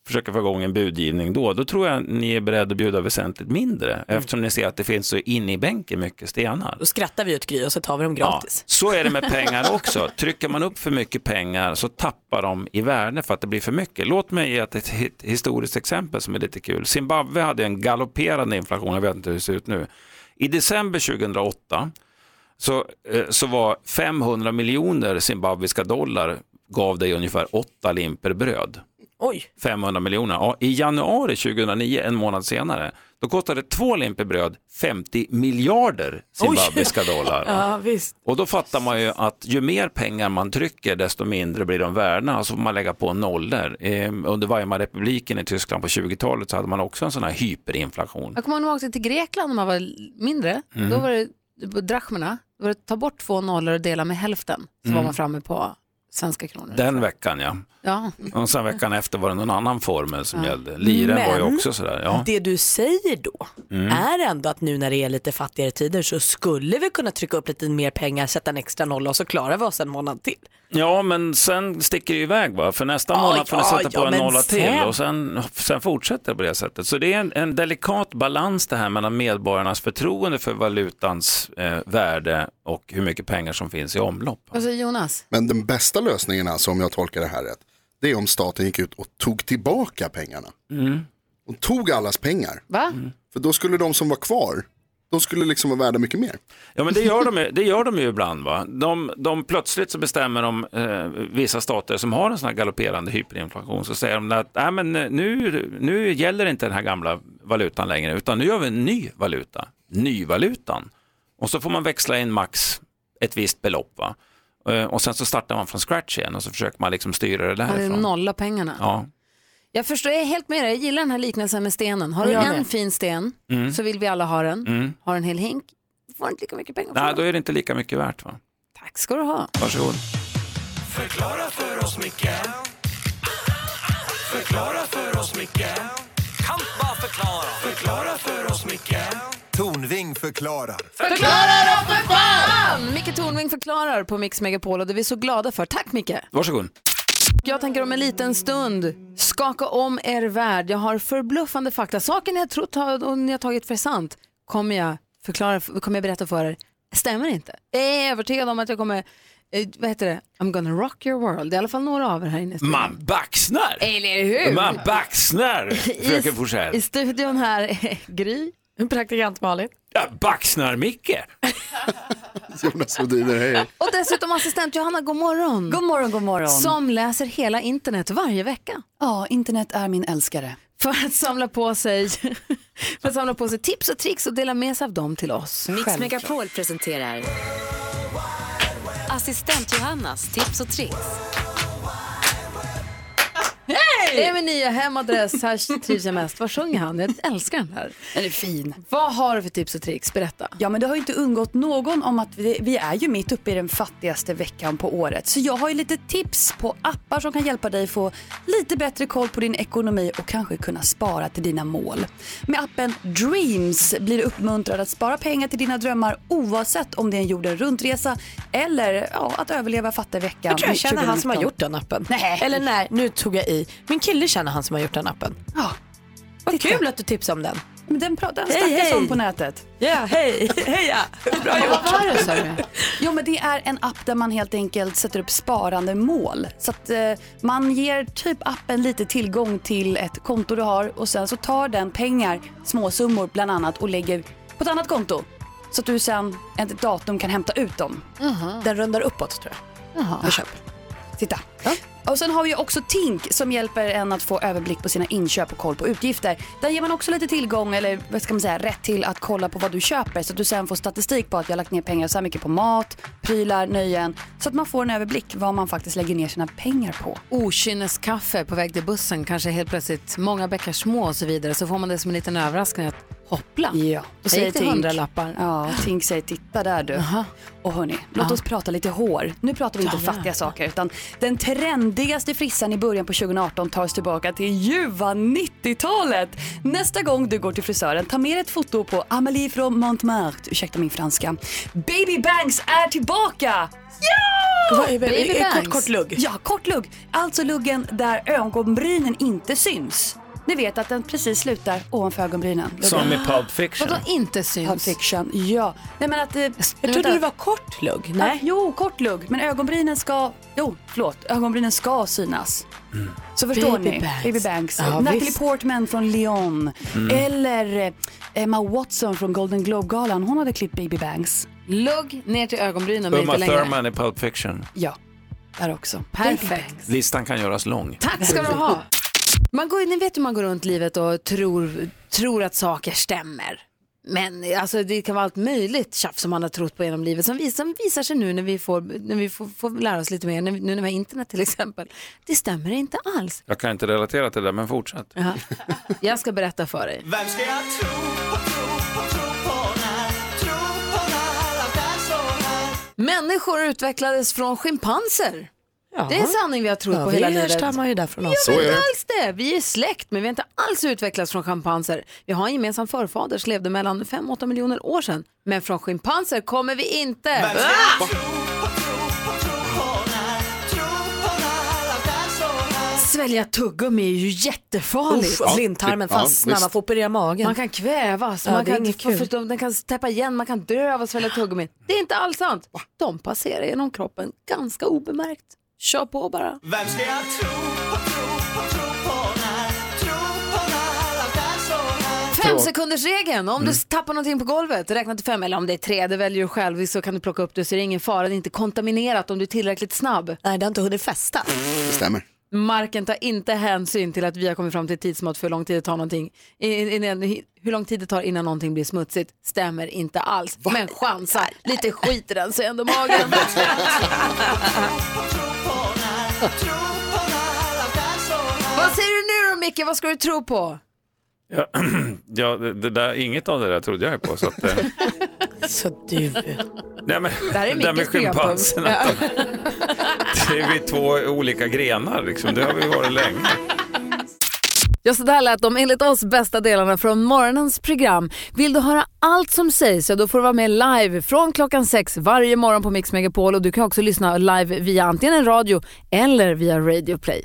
[SPEAKER 15] försöker få igång en budgivning då, då tror jag ni är beredda att bjuda väsentligt mindre
[SPEAKER 2] Mm.
[SPEAKER 15] eftersom ni ser att det finns så in i bänken mycket stenar.
[SPEAKER 2] Då skrattar vi åt Gry och så tar vi dem gratis.
[SPEAKER 15] Ja, så är det med pengar också. Trycker man upp för mycket pengar så tappar de i värde för att det blir för mycket. Låt mig ge ett hi- historiskt exempel som är lite kul. Zimbabwe hade en galopperande inflation, jag vet inte hur det ser ut nu. I december 2008 så, eh, så var 500 miljoner zimbabwiska dollar gav dig ungefär åtta limper bröd.
[SPEAKER 2] Oj.
[SPEAKER 15] 500 miljoner. Ja, I januari 2009, en månad senare, då kostade två limper bröd 50 miljarder zimbabwiska dollar.
[SPEAKER 2] Ja, visst.
[SPEAKER 15] Och då fattar man ju att ju mer pengar man trycker desto mindre blir de värda och så får man lägga på nollor. Eh, under Weimarrepubliken i Tyskland på 20-talet så hade man också en sån här hyperinflation.
[SPEAKER 1] Jag kommer ihåg när man åkte till Grekland när man var l- mindre.
[SPEAKER 15] Mm.
[SPEAKER 1] Då var det på drachmerna. Då var det ta bort två nollor och dela med hälften. Så var
[SPEAKER 15] Mm.
[SPEAKER 1] man framme på svenska kronor.
[SPEAKER 15] Den veckan ja.
[SPEAKER 1] Ja.
[SPEAKER 15] Och sen veckan efter var det någon annan formel som
[SPEAKER 1] Ja.
[SPEAKER 15] gällde. Liren var ju
[SPEAKER 2] Men-
[SPEAKER 15] också sådär. Ja.
[SPEAKER 2] Det du säger då
[SPEAKER 15] Mm.
[SPEAKER 2] är ändå att nu när det är lite fattigare tider så skulle vi kunna trycka upp lite mer pengar, sätta en extra nolla och så klarar vi oss en månad till.
[SPEAKER 15] ja, men sen sticker det iväg va? För nästa månad får ni
[SPEAKER 2] ja,
[SPEAKER 15] sätta
[SPEAKER 2] ja,
[SPEAKER 15] på en
[SPEAKER 2] men
[SPEAKER 15] nolla till
[SPEAKER 2] sen-
[SPEAKER 15] och sen, sen fortsätter det på det sättet. Så det är en, en delikat balans det här mellan medborgarnas förtroende för valutans eh, värde och hur mycket pengar som finns i omlopp.
[SPEAKER 1] Vad säger Jonas?
[SPEAKER 6] Men den bästa lösningen alltså, om jag tolkar det här rätt, det är om staten gick ut och tog tillbaka pengarna.
[SPEAKER 3] Mm.
[SPEAKER 6] Och tog allas pengar.
[SPEAKER 1] Va?
[SPEAKER 15] Mm.
[SPEAKER 6] För då skulle de som var kvar, de skulle liksom vara värda mycket mer.
[SPEAKER 15] Ja, men det gör de ju, det gör de ju ibland. Va? De, de plötsligt så bestämmer de eh, vissa stater som har en sån här galopperande hyperinflation så säger de att Nej, men eh, nu, nu gäller inte den här gamla valutan längre utan nu gör vi en ny valuta, nyvalutan. Och så får man växla in max ett visst belopp. Va? Eh, och sen så startar man från scratch igen och så försöker man liksom styra det
[SPEAKER 1] Man
[SPEAKER 15] därifrån.
[SPEAKER 1] nolla pengarna.
[SPEAKER 15] Ja.
[SPEAKER 1] Jag förstår, jag är helt med dig. Jag gillar den här liknelsen med stenen. Har du
[SPEAKER 2] Jag
[SPEAKER 1] en
[SPEAKER 2] med.
[SPEAKER 1] fin sten
[SPEAKER 15] Mm.
[SPEAKER 1] så vill vi alla ha den.
[SPEAKER 15] Mm.
[SPEAKER 1] Har en hel hink, får inte lika mycket pengar.
[SPEAKER 15] Nej, då är det inte lika mycket värt. Va?
[SPEAKER 1] Tack ska du ha.
[SPEAKER 15] Varsågod.
[SPEAKER 13] Förklara för oss, Micke. Förklara för oss, Micke. Kan bara förklara. Förklara för oss, Micke. Tornving förklarar.
[SPEAKER 1] Förklara då för fan! Micke Tornving förklarar på Mix Megapol och det är vi så glada för. Tack Micke!
[SPEAKER 15] Varsågod.
[SPEAKER 1] Jag tänker om en liten stund skaka om er värld. Jag har förbluffande fakta. Saker ni har trott har- och ni har tagit för sant kommer jag, förklara, kommer jag berätta för er stämmer inte. Jag är övertygad om att jag kommer, eh, vad heter det, I'm gonna rock your world. I alla fall några av er här inne. i studion.
[SPEAKER 15] Man baxnar!
[SPEAKER 1] Eller hur?
[SPEAKER 15] Man baxnar,
[SPEAKER 1] I-
[SPEAKER 15] fröken Forsell.
[SPEAKER 1] I studion här är Gry.
[SPEAKER 2] Praktikant Malin.
[SPEAKER 15] Ja, Baxnar-Micke.
[SPEAKER 6] Jonas Rhodiner, hej.
[SPEAKER 1] Och dessutom assistent Johanna, god morgon.
[SPEAKER 17] God morgon, god morgon.
[SPEAKER 1] Som läser hela internet varje vecka.
[SPEAKER 17] Ja, internet är min älskare.
[SPEAKER 1] För att samla på sig, för att samla på sig tips och tricks och dela med sig av dem till oss.
[SPEAKER 11] Mix Megapol presenterar Assistent Johannas tips och tricks.
[SPEAKER 1] Hej! Det är min nya hemadress, här trivs jag mest. Vad sjunger han? Jag älskar den här.
[SPEAKER 17] Den är fin.
[SPEAKER 1] Vad har du för tips och tricks? Berätta.
[SPEAKER 17] Ja, men det har ju inte undgått någon om att vi, vi är ju mitt uppe i den fattigaste veckan på året. Så jag har ju lite tips på appar som kan hjälpa dig få lite bättre koll på din ekonomi och kanske kunna spara till dina mål. Med appen Dreams blir du uppmuntrad att spara pengar till dina drömmar oavsett om det är en jorden runt-resa eller ja, att överleva fattiga veckan.
[SPEAKER 2] Jag tror jag känner han som har
[SPEAKER 17] 2019.
[SPEAKER 2] gjort den appen.
[SPEAKER 17] Nej.
[SPEAKER 2] Eller nej, nu tog jag i. Min kille känner han som har gjort den appen.
[SPEAKER 17] Ja.
[SPEAKER 2] Vad kul att du tipsade om den.
[SPEAKER 17] Men den pratar
[SPEAKER 2] Hej,
[SPEAKER 17] snackas
[SPEAKER 2] hej.
[SPEAKER 17] om på nätet.
[SPEAKER 2] Ja, hej, heja. Bra jobbat.
[SPEAKER 17] Vad var det sa du? Jo men det är en app där man helt enkelt sätter upp sparande mål. Så att eh, man ger typ appen lite tillgång till ett konto du har och sen så tar den pengar, småsummor bland annat och lägger på ett annat konto. Så att du sen ett datum kan hämta ut dem. Den rundar uppåt tror jag.
[SPEAKER 1] Jaha.
[SPEAKER 17] Jag köper. Titta. Och sen har vi ju också Tink som hjälper en att få överblick på sina inköp och koll på utgifter. Där ger man också lite tillgång, eller vad ska man säga, rätt till att kolla på vad du köper så att du sen får statistik på att jag har lagt ner pengar så här mycket på mat, prylar, nöjen. Så att man får en överblick vad man faktiskt lägger ner sina pengar på.
[SPEAKER 1] Okynneskaffe på väg till bussen, kanske helt plötsligt många bäckar små och så vidare. Så får man det som en liten överraskning att hoppla.
[SPEAKER 17] Ja,
[SPEAKER 1] Och säger till hundralappar.
[SPEAKER 17] Ja, Tink säger titta där du. Och hörni, låt oss prata lite hår. Nu pratar vi inte
[SPEAKER 1] Ja,
[SPEAKER 17] fattiga saker utan den trendigaste frissan i början på 2018 tar oss tillbaka till ljuva 90-talet. Nästa gång du går till frisören, ta med ett foto på Amelie från Montmartre, ursäkta min franska. Baby Banks är tillbaka! Ja!
[SPEAKER 2] Vad är baby- Baby är kort, bangs. kort lugg?
[SPEAKER 17] Ja, kort lugg. Alltså luggen där ögonbrynen inte syns. Ni vet att den precis slutar ovanför ögonbrynen.
[SPEAKER 15] Som i Pulp Fiction.
[SPEAKER 17] Vadå
[SPEAKER 1] inte syns?
[SPEAKER 17] Pulp Fiction, ja. Nej, men att, eh,
[SPEAKER 2] Jag trodde det var kort lugg. Nej.
[SPEAKER 17] jo, kort lugg. Men ögonbrynen ska... Jo, förlåt. Ögonbrynen ska synas. Så förstår
[SPEAKER 2] Baby
[SPEAKER 17] ni?
[SPEAKER 2] Banks.
[SPEAKER 17] Baby Banks.
[SPEAKER 2] Ja,
[SPEAKER 17] Natalie
[SPEAKER 2] visst.
[SPEAKER 17] Portman från Lyon.
[SPEAKER 2] Mm.
[SPEAKER 17] Eller eh, Emma Watson från Golden Globe-galan. Hon hade klippt Baby Banks.
[SPEAKER 1] Lugg ner till ögonbrynen men
[SPEAKER 15] Uma
[SPEAKER 1] inte längre.
[SPEAKER 15] Thurman i Pulp Fiction.
[SPEAKER 17] Ja, där också.
[SPEAKER 1] Perfekt.
[SPEAKER 15] Listan kan göras lång.
[SPEAKER 1] Tack ska du ha. Man går, ni vet hur man går runt livet och tror, tror att saker stämmer. Men alltså, det kan vara allt möjligt tjafs som man har trott på genom livet som, vis, som visar sig nu när vi får, när vi får, får lära oss lite mer, när, vi- nu när vi har internet till exempel. Det stämmer inte alls.
[SPEAKER 15] Jag kan inte relatera till det, men fortsätt.
[SPEAKER 1] Ja. Jag ska berätta för dig.
[SPEAKER 13] Vem ska jag tro på, tro på, tro på när? Tro på när allt är så här.
[SPEAKER 1] Människor utvecklades från schimpanser.
[SPEAKER 2] Ja.
[SPEAKER 1] Det är en sanning vi har trott
[SPEAKER 2] Ja,
[SPEAKER 1] på
[SPEAKER 2] vi
[SPEAKER 1] hela livet.
[SPEAKER 2] härstammar ju därifrån
[SPEAKER 1] Jag
[SPEAKER 2] också.
[SPEAKER 1] vet
[SPEAKER 2] Så är
[SPEAKER 1] inte
[SPEAKER 2] det.
[SPEAKER 1] alls det. Vi är släkt men vi har inte alls utvecklats från schimpanser. Vi har en gemensam förfader som levde mellan 5-8 miljoner år sedan. Men från schimpanser kommer vi inte. Ah! Svälja tuggummi är ju jättefarligt.
[SPEAKER 2] Usch, blindtarmen Ja, fastnar, ja, visst. man får
[SPEAKER 1] operera magen. Man kan kvävas,
[SPEAKER 2] Ja,
[SPEAKER 1] man
[SPEAKER 2] det är
[SPEAKER 1] kan,
[SPEAKER 2] inget kul.
[SPEAKER 1] få- för, den kan täppa igen, man kan dö av att svälja tuggummi. Det är inte alls sant. De passerar genom kroppen ganska obemärkt. Kör på bara.
[SPEAKER 13] Vem ska jag tro på, tro på, tro på när? Tro på när allt är så här.
[SPEAKER 1] Fem sekunders regeln. Om du tappar någonting på golvet, räkna till fem. Eller om det är tre, det väljer du själv. Så kan du plocka upp det så är det ingen fara. Det är inte kontaminerat om du är tillräckligt snabb.
[SPEAKER 2] Nej, det har inte hunnit fästa.
[SPEAKER 6] Det stämmer.
[SPEAKER 1] Marken tar inte hänsyn till att vi har kommit fram till ett tidsmått för hur lång tid det tar någonting. i- i- innan- hur lång tid det tar innan någonting blir smutsigt stämmer inte alls. Men chansar. Lite skit i den så är ändå magen. Vad säger du nu då Micke? Vad ska du tro på?
[SPEAKER 15] Ja, ja, det det där, inget av det där trodde jag på. Så att, eh,
[SPEAKER 2] Så du.
[SPEAKER 15] nej, men,
[SPEAKER 2] Det här
[SPEAKER 15] där
[SPEAKER 2] är
[SPEAKER 15] med
[SPEAKER 2] Mickes programpunkt.
[SPEAKER 15] schimpanserna. Det är vi två olika grenar, liksom. det har vi varit länge.
[SPEAKER 1] Ja, så där lät de enligt oss bästa delarna från morgonens program. Vill du höra allt som sägs, ja, då får du vara med live från klockan sex varje morgon på Mix Megapol. Och du kan också lyssna live via antingen en radio eller via Radio Play.